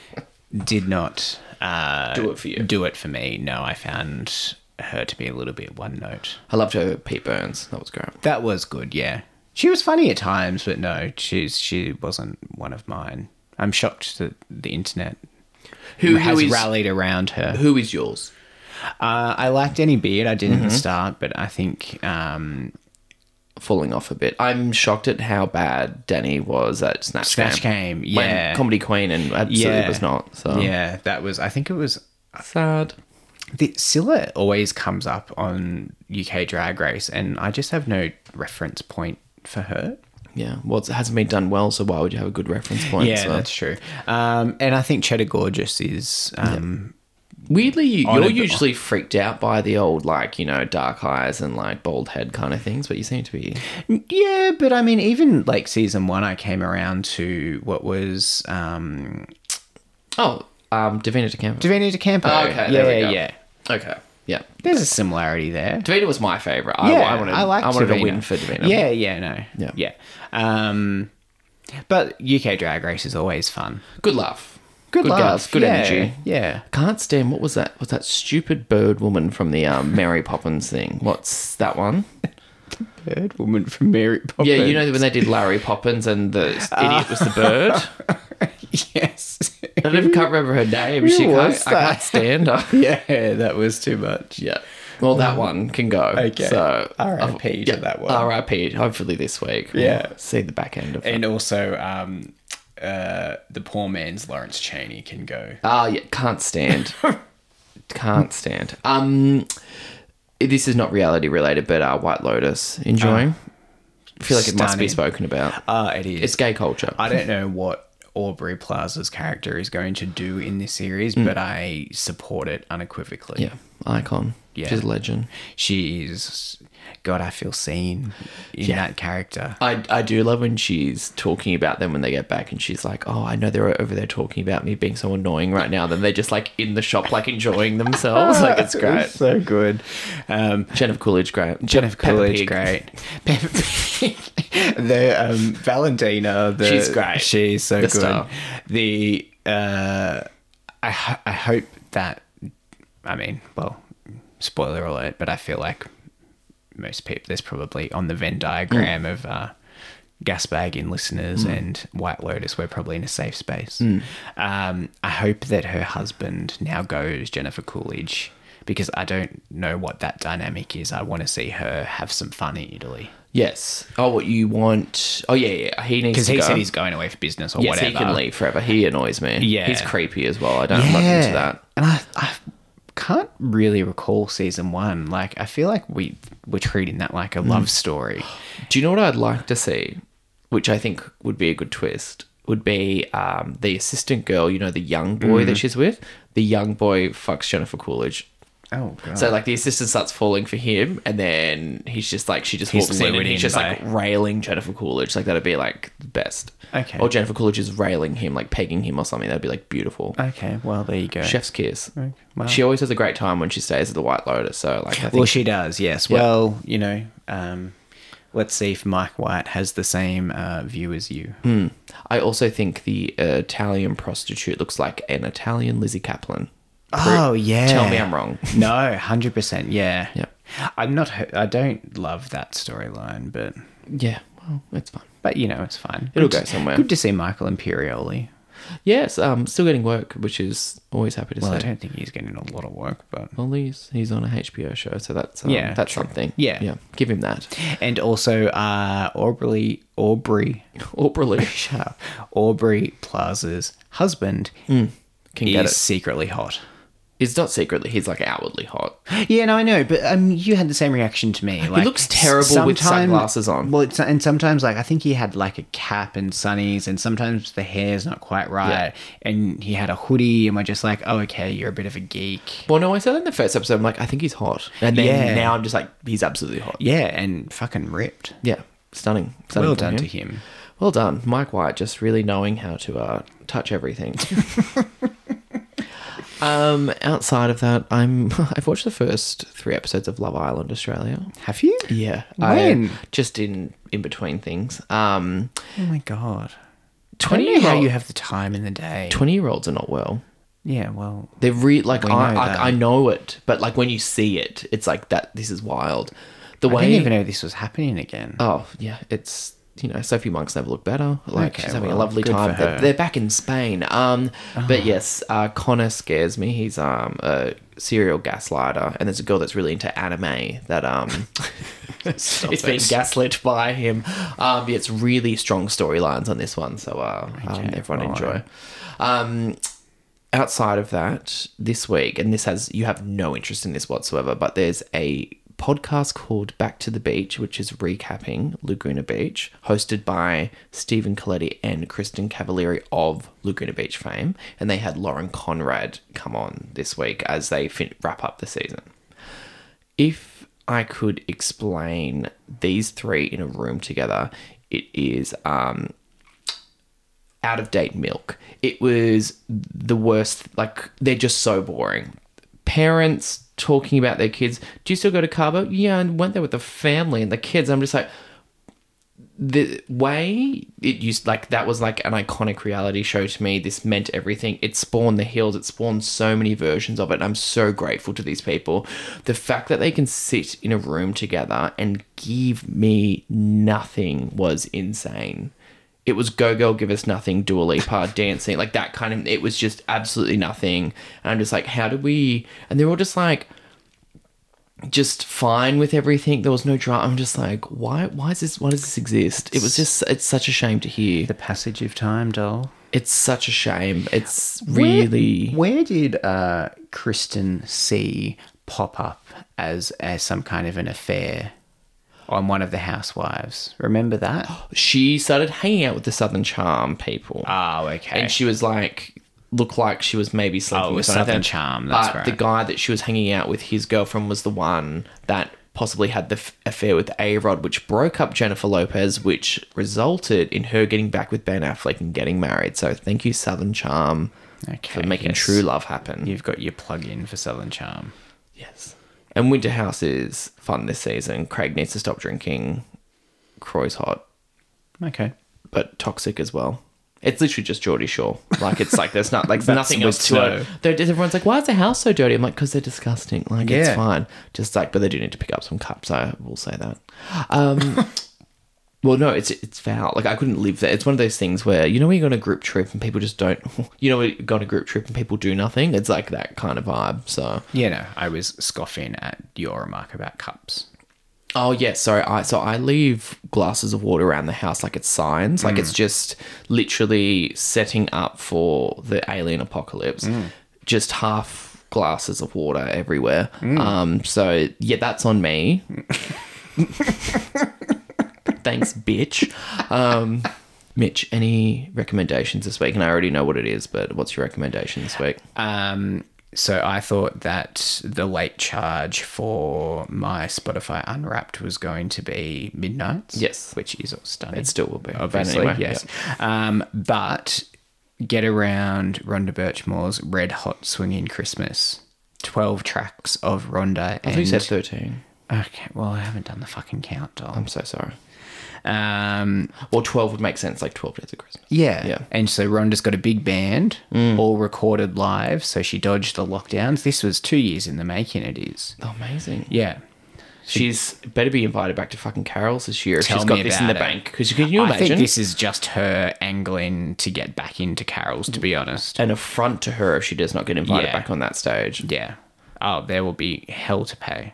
Speaker 2: did not uh,
Speaker 1: Do it for you.
Speaker 2: Do it for me. No, I found her to be a little bit one note.
Speaker 1: I loved her Pete Burns. That was great.
Speaker 2: That was good, yeah. She was funny at times, but no, she's she wasn't one of mine. I'm shocked that the internet
Speaker 1: Who,
Speaker 2: has
Speaker 1: who is
Speaker 2: rallied around her.
Speaker 1: who is yours? Mm-hmm.
Speaker 2: Uh, I liked any beard I did at the start, but I think um,
Speaker 1: falling off a bit. I'm shocked at how bad Danny was at Snatch,
Speaker 2: Snatch
Speaker 1: Game.
Speaker 2: Game,
Speaker 1: When
Speaker 2: yeah.
Speaker 1: comedy queen and absolutely
Speaker 2: Yeah.
Speaker 1: was not. So
Speaker 2: Yeah, that was. I think it was.
Speaker 1: sad.
Speaker 2: The, Scylla always comes up on UK Drag Race, and I just have no reference point for her.
Speaker 1: Yeah, well, it hasn't been done well, so why would you have a good reference point?
Speaker 2: Yeah,
Speaker 1: so.
Speaker 2: that's true. Um, and I think Cheddar Gorgeous is. Um,
Speaker 1: Weirdly, you,
Speaker 2: On
Speaker 1: you're
Speaker 2: a-
Speaker 1: usually freaked out by the old, like, you know, dark eyes and like bald head kind of things, but you seem to be.
Speaker 2: yeah. but I mean, even like season one, I came around to what was um,
Speaker 1: Oh, um, Davina DeCampo.
Speaker 2: Davina De Campo.
Speaker 1: Oh, okay,
Speaker 2: yeah,
Speaker 1: there we go.
Speaker 2: yeah.
Speaker 1: okay, yeah.
Speaker 2: There's a similarity there.
Speaker 1: Davina was my favorite. I,
Speaker 2: Yeah,
Speaker 1: I wanted, I,
Speaker 2: like
Speaker 1: wanted
Speaker 2: Davina.
Speaker 1: a win for Davina.
Speaker 2: Yeah, yeah, no,
Speaker 1: Yeah.
Speaker 2: yeah. Um, but UK Drag Race is always fun.
Speaker 1: good laugh,
Speaker 2: Good, laugh,
Speaker 1: girls, good
Speaker 2: yeah,
Speaker 1: energy.
Speaker 2: Yeah.
Speaker 1: Can't stand what was that? Was that stupid bird woman from the um, Mary Poppins thing? What's that one?
Speaker 2: Bird woman from Mary Poppins.
Speaker 1: Yeah, you know when they did Larry Poppins and the
Speaker 2: Uh.
Speaker 1: idiot was the bird.
Speaker 2: yes.
Speaker 1: I don't- can't remember her name.
Speaker 2: Who
Speaker 1: She
Speaker 2: was
Speaker 1: can't, I
Speaker 2: that?
Speaker 1: can't stand her.
Speaker 2: yeah, that was too much.
Speaker 1: Yeah. Well, that one can go.
Speaker 2: Um, Okay.
Speaker 1: So
Speaker 2: R.I.P. to that one.
Speaker 1: R.I.P. Hopefully this week. we'll
Speaker 2: Yeah.
Speaker 1: see the back end of it.
Speaker 2: And also, um, uh, the poor man's Lawrence Cheney can go.
Speaker 1: Ah, yeah. Can't stand. can't stand. Um, this is not reality related, but uh, White Lotus enjoying. I feel like it must be
Speaker 2: Ah. stunning.
Speaker 1: spoken about.
Speaker 2: Ah, it is.
Speaker 1: It's gay culture.
Speaker 2: I don't know what Aubrey Plaza's character is going to do in this series, but I support it unequivocally.
Speaker 1: Mm. yeah. Icon.
Speaker 2: Yeah.
Speaker 1: She's a legend.
Speaker 2: She is. God, I feel seen in that character.
Speaker 1: I, I do love when she's talking about them when they get back and she's like, Oh, I know they're over there talking about me being so annoying right now. Then they're just like in the shop, like enjoying themselves. like, it's great.
Speaker 2: so good. Um,
Speaker 1: Jennifer Coolidge, great.
Speaker 2: Jennifer
Speaker 1: Peppa
Speaker 2: Coolidge,
Speaker 1: Pig.
Speaker 2: great. Peppa Pig. the um, Valentina, the,
Speaker 1: She's great.
Speaker 2: She's so
Speaker 1: The
Speaker 2: good.
Speaker 1: star.
Speaker 2: The uh, I ho- I hope that I mean, well, spoiler alert, but I feel like most people there's probably on the Venn diagram
Speaker 1: Mm.
Speaker 2: of uh, gasbag in listeners and White Lotus, we're probably in a safe space.
Speaker 1: Mm.
Speaker 2: Um, I hope that her husband now goes Jennifer Coolidge because I don't know what that dynamic is. I want to see her have some fun in Italy
Speaker 1: Yes. Oh, what you want? Oh, yeah, yeah. He needs
Speaker 2: because
Speaker 1: to
Speaker 2: he
Speaker 1: go.
Speaker 2: said he's going away for business or
Speaker 1: yes,
Speaker 2: whatever.
Speaker 1: he can leave forever. He annoys me.
Speaker 2: Yeah.
Speaker 1: He's creepy as well. I don't. Uh, I'm not into that.
Speaker 2: And I, I can't really recall season one. Like I feel like we were treating that like a
Speaker 1: Hmm.
Speaker 2: love story.
Speaker 1: Do you know what I'd like to see, which I think would be a good twist, would be um, the assistant girl, you know, the young boy
Speaker 2: Mm.
Speaker 1: that she's with. The young boy fucks Jennifer Coolidge.
Speaker 2: Oh god.
Speaker 1: So like the assistant starts falling for him, and then he's just like she just
Speaker 2: He's
Speaker 1: walks in
Speaker 2: lured
Speaker 1: and he's
Speaker 2: in
Speaker 1: just
Speaker 2: by-
Speaker 1: like railing Jennifer Coolidge. Like that'd be like the best.
Speaker 2: Okay.
Speaker 1: Or Jennifer Coolidge is railing him, like pegging him or something. That'd be like beautiful.
Speaker 2: okay, well there you go.
Speaker 1: Chef's kiss.
Speaker 2: wow.
Speaker 1: She always has a great time when she stays at the White Lotus. So like I think
Speaker 2: well, she does. Yes. Well, you know, um, let's see if Mike White has the same uh, view as you.
Speaker 1: Hmm. I also think the uh, Italian prostitute looks like an Italian Lizzie Kaplan.
Speaker 2: Oh yeah.
Speaker 1: Tell me I'm wrong.
Speaker 2: no, hundred percent. Yeah.
Speaker 1: Yeah.
Speaker 2: I'm not. I don't love that storyline, but
Speaker 1: Yeah. Well, it's fine.
Speaker 2: but you know it's fine.
Speaker 1: It'll
Speaker 2: Good
Speaker 1: go
Speaker 2: to-
Speaker 1: somewhere.
Speaker 2: Good to see Michael Imperioli.
Speaker 1: Yes, um, still getting work, which is always happy to
Speaker 2: Well, I
Speaker 1: say.
Speaker 2: don't think he's getting a lot of work, but
Speaker 1: Well, he's, he's on a HBO show, so that's um,
Speaker 2: Yeah,
Speaker 1: that's something.
Speaker 2: Yeah.
Speaker 1: yeah. Give him that.
Speaker 2: and also uh, Aubrey Aubrey
Speaker 1: Aubrey
Speaker 2: shut up Aubrey Plaza's husband
Speaker 1: can Hmm, get
Speaker 2: is
Speaker 1: it.
Speaker 2: secretly hot.
Speaker 1: It's not secretly. He's like outwardly hot.
Speaker 2: Yeah, no, I know, but um, you had the same reaction to me. Like,
Speaker 1: looks terrible with sunglasses on.
Speaker 2: Well, it's, and sometimes like I think he had like a cap and sunnies, and sometimes the hair's not quite right, and he had a hoodie, and we're just like, oh, okay, you're a bit of a geek.
Speaker 1: Well, no, I said in the first episode, I'm like, I think he's hot, and then
Speaker 2: Yeah.
Speaker 1: now I'm just like, he's absolutely hot.
Speaker 2: Yeah, and fucking ripped.
Speaker 1: Yeah, stunning. stunning
Speaker 2: Well
Speaker 1: from
Speaker 2: done to him.
Speaker 1: Well done, Mike White, just really knowing how to uh, touch everything. um, outside of that, I'm I've watched the first three episodes of Love Island Australia.
Speaker 2: Have you?
Speaker 1: Yeah,
Speaker 2: When?
Speaker 1: I, just in in between things. Um,
Speaker 2: Oh my god. I
Speaker 1: twenty
Speaker 2: don't know
Speaker 1: year
Speaker 2: how you
Speaker 1: old,
Speaker 2: have the time in the day.
Speaker 1: twenty year olds are not well.
Speaker 2: yeah, well,
Speaker 1: They're re- like
Speaker 2: know
Speaker 1: I,
Speaker 2: that.
Speaker 1: I I know it, but like when you see it, it's like that. This is wild. The
Speaker 2: I
Speaker 1: way
Speaker 2: didn't even know this was happening again.
Speaker 1: Oh yeah, it's you know Sophie Monk's never looked better. Like
Speaker 2: Okay,
Speaker 1: she's having a
Speaker 2: well,
Speaker 1: lovely
Speaker 2: good for
Speaker 1: time. They're,
Speaker 2: her. Ah.
Speaker 1: they're back in Spain. Um, but yes, uh, Connor scares me. He's um a serial gaslighter, and there's a girl that's really into anime that um It's been gaslit by him. Um, but it's really strong storylines on this one, so uh, um,
Speaker 2: Okay,
Speaker 1: everyone
Speaker 2: alright.
Speaker 1: enjoy. Um, outside of that, this week, and this has you have no interest in this whatsoever, but there's a podcast called Back to the Beach, which is recapping Laguna Beach, hosted by Stephen Coletti and Kristen Cavallari of Laguna Beach fame, and they had Lauren Conrad come on this week as they fin- wrap up the season if I could explain these three in a room together, it is um, out of date milk. It was the worst. Like they're just so boring. Parents talking about their kids. Do you still go to Cabo? Yeah, and went there with the family and the kids. I'm just like the way it used like that was like an iconic reality show to me this meant everything it spawned the hills it spawned so many versions of it and i'm so grateful to these people the fact that they can sit in a room together and give me nothing was insane it was go girl give us nothing Dua Lipa dancing like that kind of it was just absolutely nothing and i'm just like how did we and they're all just like just fine with everything. There was no drama. I'm just like, why? Why is this? Why does this exist? It was just. It's such a shame to hear.
Speaker 2: The passage of time, doll.
Speaker 1: It's such a shame. It's really.
Speaker 2: Where, where did uh, Kristen C pop up as as some kind of an affair on one of the housewives? Remember that?
Speaker 1: She started hanging out with the Southern Charm people,
Speaker 2: oh, okay.
Speaker 1: and she was like, looked like she was maybe sleeping
Speaker 2: Oh,
Speaker 1: with someone.
Speaker 2: Southern Charm, that's
Speaker 1: but
Speaker 2: right.
Speaker 1: the guy that she was hanging out with, his girlfriend was the one that possibly had the f- affair with A Rod, which broke up Jennifer Lopez, which resulted in her getting back with Ben Affleck and getting married. So thank you, Southern Charm.
Speaker 2: okay.
Speaker 1: for making
Speaker 2: yes.
Speaker 1: true love happen.
Speaker 2: You've got your plug in for Southern Charm.
Speaker 1: Yes. And Winter House is fun this season. Craig needs to stop drinking. Croy's hot,
Speaker 2: Okay.
Speaker 1: but toxic as well. It's literally just Geordie Shore. Like it's like there's not like
Speaker 2: That's
Speaker 1: nothing
Speaker 2: with
Speaker 1: else to
Speaker 2: snow.
Speaker 1: it. They're just- Everyone's like, "Why is the house so dirty?" I'm like, "Cause they're disgusting." Like it's
Speaker 2: Yeah.
Speaker 1: fine. Just like, but they do need to pick up some cups. I will say that. Um, well, no, it's it's foul. Like I couldn't live there. It's one of those things where you know when you go on a group trip and people just don't. You know, when you go on a group trip and people do nothing. It's like that kind of vibe. So
Speaker 2: Yeah, no, I was scoffing at your remark about cups.
Speaker 1: Oh yeah, sorry. I so I leave glasses of water around the house like it's signs, like it's just literally setting up for the alien apocalypse. Just half glasses of water everywhere. Um so yeah, that's on me. Thanks, bitch. Um Mitch, any recommendations this week? And I already know what it is, but what's your recommendation this week?
Speaker 2: Um, so I thought that the late charge for my Spotify Unwrapped was going to be midnight.
Speaker 1: Yes.
Speaker 2: which is stunning.
Speaker 1: It still will be, but
Speaker 2: obviously.
Speaker 1: anyway,
Speaker 2: yes, um, but get around Rhonda Birchmore's Red Hot Swinging Christmas. Twelve tracks of Rhonda.
Speaker 1: I thought you
Speaker 2: And
Speaker 1: said thirteen.
Speaker 2: okay, well I haven't done the fucking count, doll.
Speaker 1: I'm so sorry.
Speaker 2: Um,
Speaker 1: Or twelve would make sense, like twelve days of Christmas.
Speaker 2: Yeah.
Speaker 1: Yeah. Mm.
Speaker 2: And so Rhonda's got a big band, all recorded live. So she dodged the lockdowns. This was two years in the making, it is.
Speaker 1: Amazing.
Speaker 2: Yeah.
Speaker 1: She's better be invited back to fucking Carol's this year. if
Speaker 2: Tell
Speaker 1: She's got
Speaker 2: me
Speaker 1: this in the
Speaker 2: about it.
Speaker 1: bank. Because can you
Speaker 2: I think
Speaker 1: imagine?
Speaker 2: this is just her angling to get back into Carol's, to be honest.
Speaker 1: An affront to her if she does not get invited
Speaker 2: Yeah.
Speaker 1: back on that stage.
Speaker 2: Yeah. Oh, there will be hell to pay.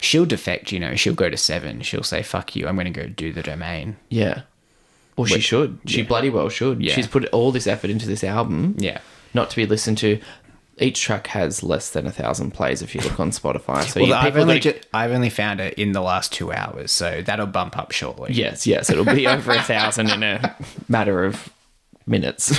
Speaker 2: She'll defect, you know. She'll go to seven. She'll say, fuck you. I'm going to go do the domain.
Speaker 1: Yeah. Well, she should. She bloody well should.
Speaker 2: Yeah.
Speaker 1: She's put all this effort into this album,
Speaker 2: Yeah.
Speaker 1: not to be listened to. Each track has less than a thousand plays if you look on Spotify. So
Speaker 2: Well,
Speaker 1: you
Speaker 2: I've
Speaker 1: people
Speaker 2: only,
Speaker 1: gotta-
Speaker 2: ju- I've only found it in the last two hours. So that'll bump up shortly.
Speaker 1: yes, yes, it'll be over a thousand in a matter of minutes.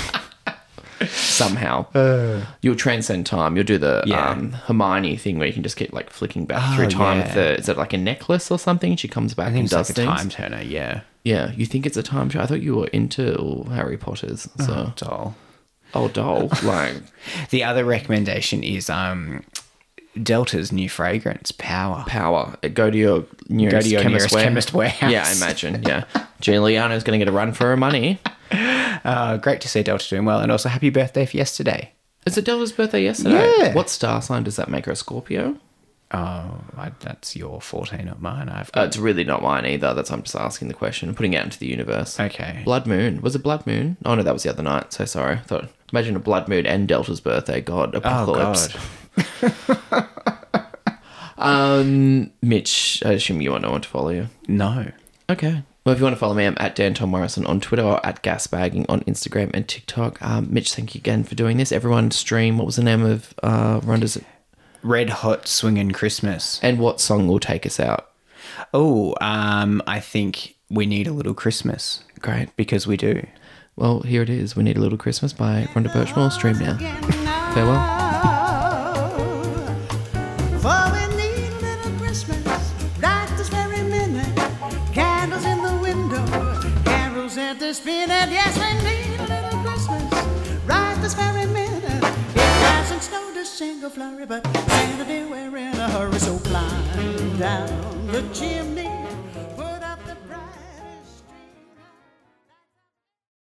Speaker 1: Somehow, you'll transcend time. You'll do the
Speaker 2: Uh. Yeah. Oh,
Speaker 1: um, Hermione thing where you can just keep like flicking back through time. With
Speaker 2: yeah.
Speaker 1: the, is it like a necklace or something? She comes back and
Speaker 2: It's
Speaker 1: does
Speaker 2: like a
Speaker 1: things.
Speaker 2: time turner. Yeah.
Speaker 1: Yeah, you think it's a time show? I thought you were into all Harry Potter's. So,
Speaker 2: Doll.
Speaker 1: oh, doll, like
Speaker 2: The other recommendation is um, Delta's new fragrance, Power.
Speaker 1: power. Go to your nearest,
Speaker 2: Go to your
Speaker 1: chemist,
Speaker 2: nearest
Speaker 1: ware-
Speaker 2: chemist warehouse.
Speaker 1: Yeah, I imagine. Yeah, Giuliano's going to get a run for her money.
Speaker 2: Uh, great to see Delta doing well, and also happy birthday for yesterday.
Speaker 1: Is it Della's birthday yesterday?
Speaker 2: Yeah.
Speaker 1: What star sign does that make her? A Scorpio?
Speaker 2: Oh, I, that's your fourteen, not mine. I've
Speaker 1: Uh,
Speaker 2: got
Speaker 1: it's really not mine either. That's I'm just asking the question, putting it out into the universe.
Speaker 2: oh, okay.
Speaker 1: Blood Moon was it Blood Moon? Oh no, that was the other night. So sorry. I thought imagine a Blood Moon and Delta's birthday. God, apocalypse. Um, Mitch, I assume you want no one to follow you.
Speaker 2: No.
Speaker 1: Okay. Well, if you want to follow me, I'm at Dan Tom Morrison on Twitter or at Gasbagging on Instagram and TikTok. Um, Mitch, thank you again for doing this. Everyone, stream. What was the name of uh, Rhonda's?
Speaker 2: Red Hot Swingin' Christmas.
Speaker 1: And what song will take us out?
Speaker 2: Oh, um, I think we need a little Christmas
Speaker 1: Great.
Speaker 2: because we do.
Speaker 1: Well, here it is. We Need a Little Christmas by Rhonda Birchmore. Stream now. Farewell.
Speaker 3: For we need a little Christmas right this very minute. Candles in the window, carols at the spinet. Yes, we need a little Christmas right this very minute. It doesn't snow to single flurry, but Santa dear, we're in a hurry, so climb down the chimney.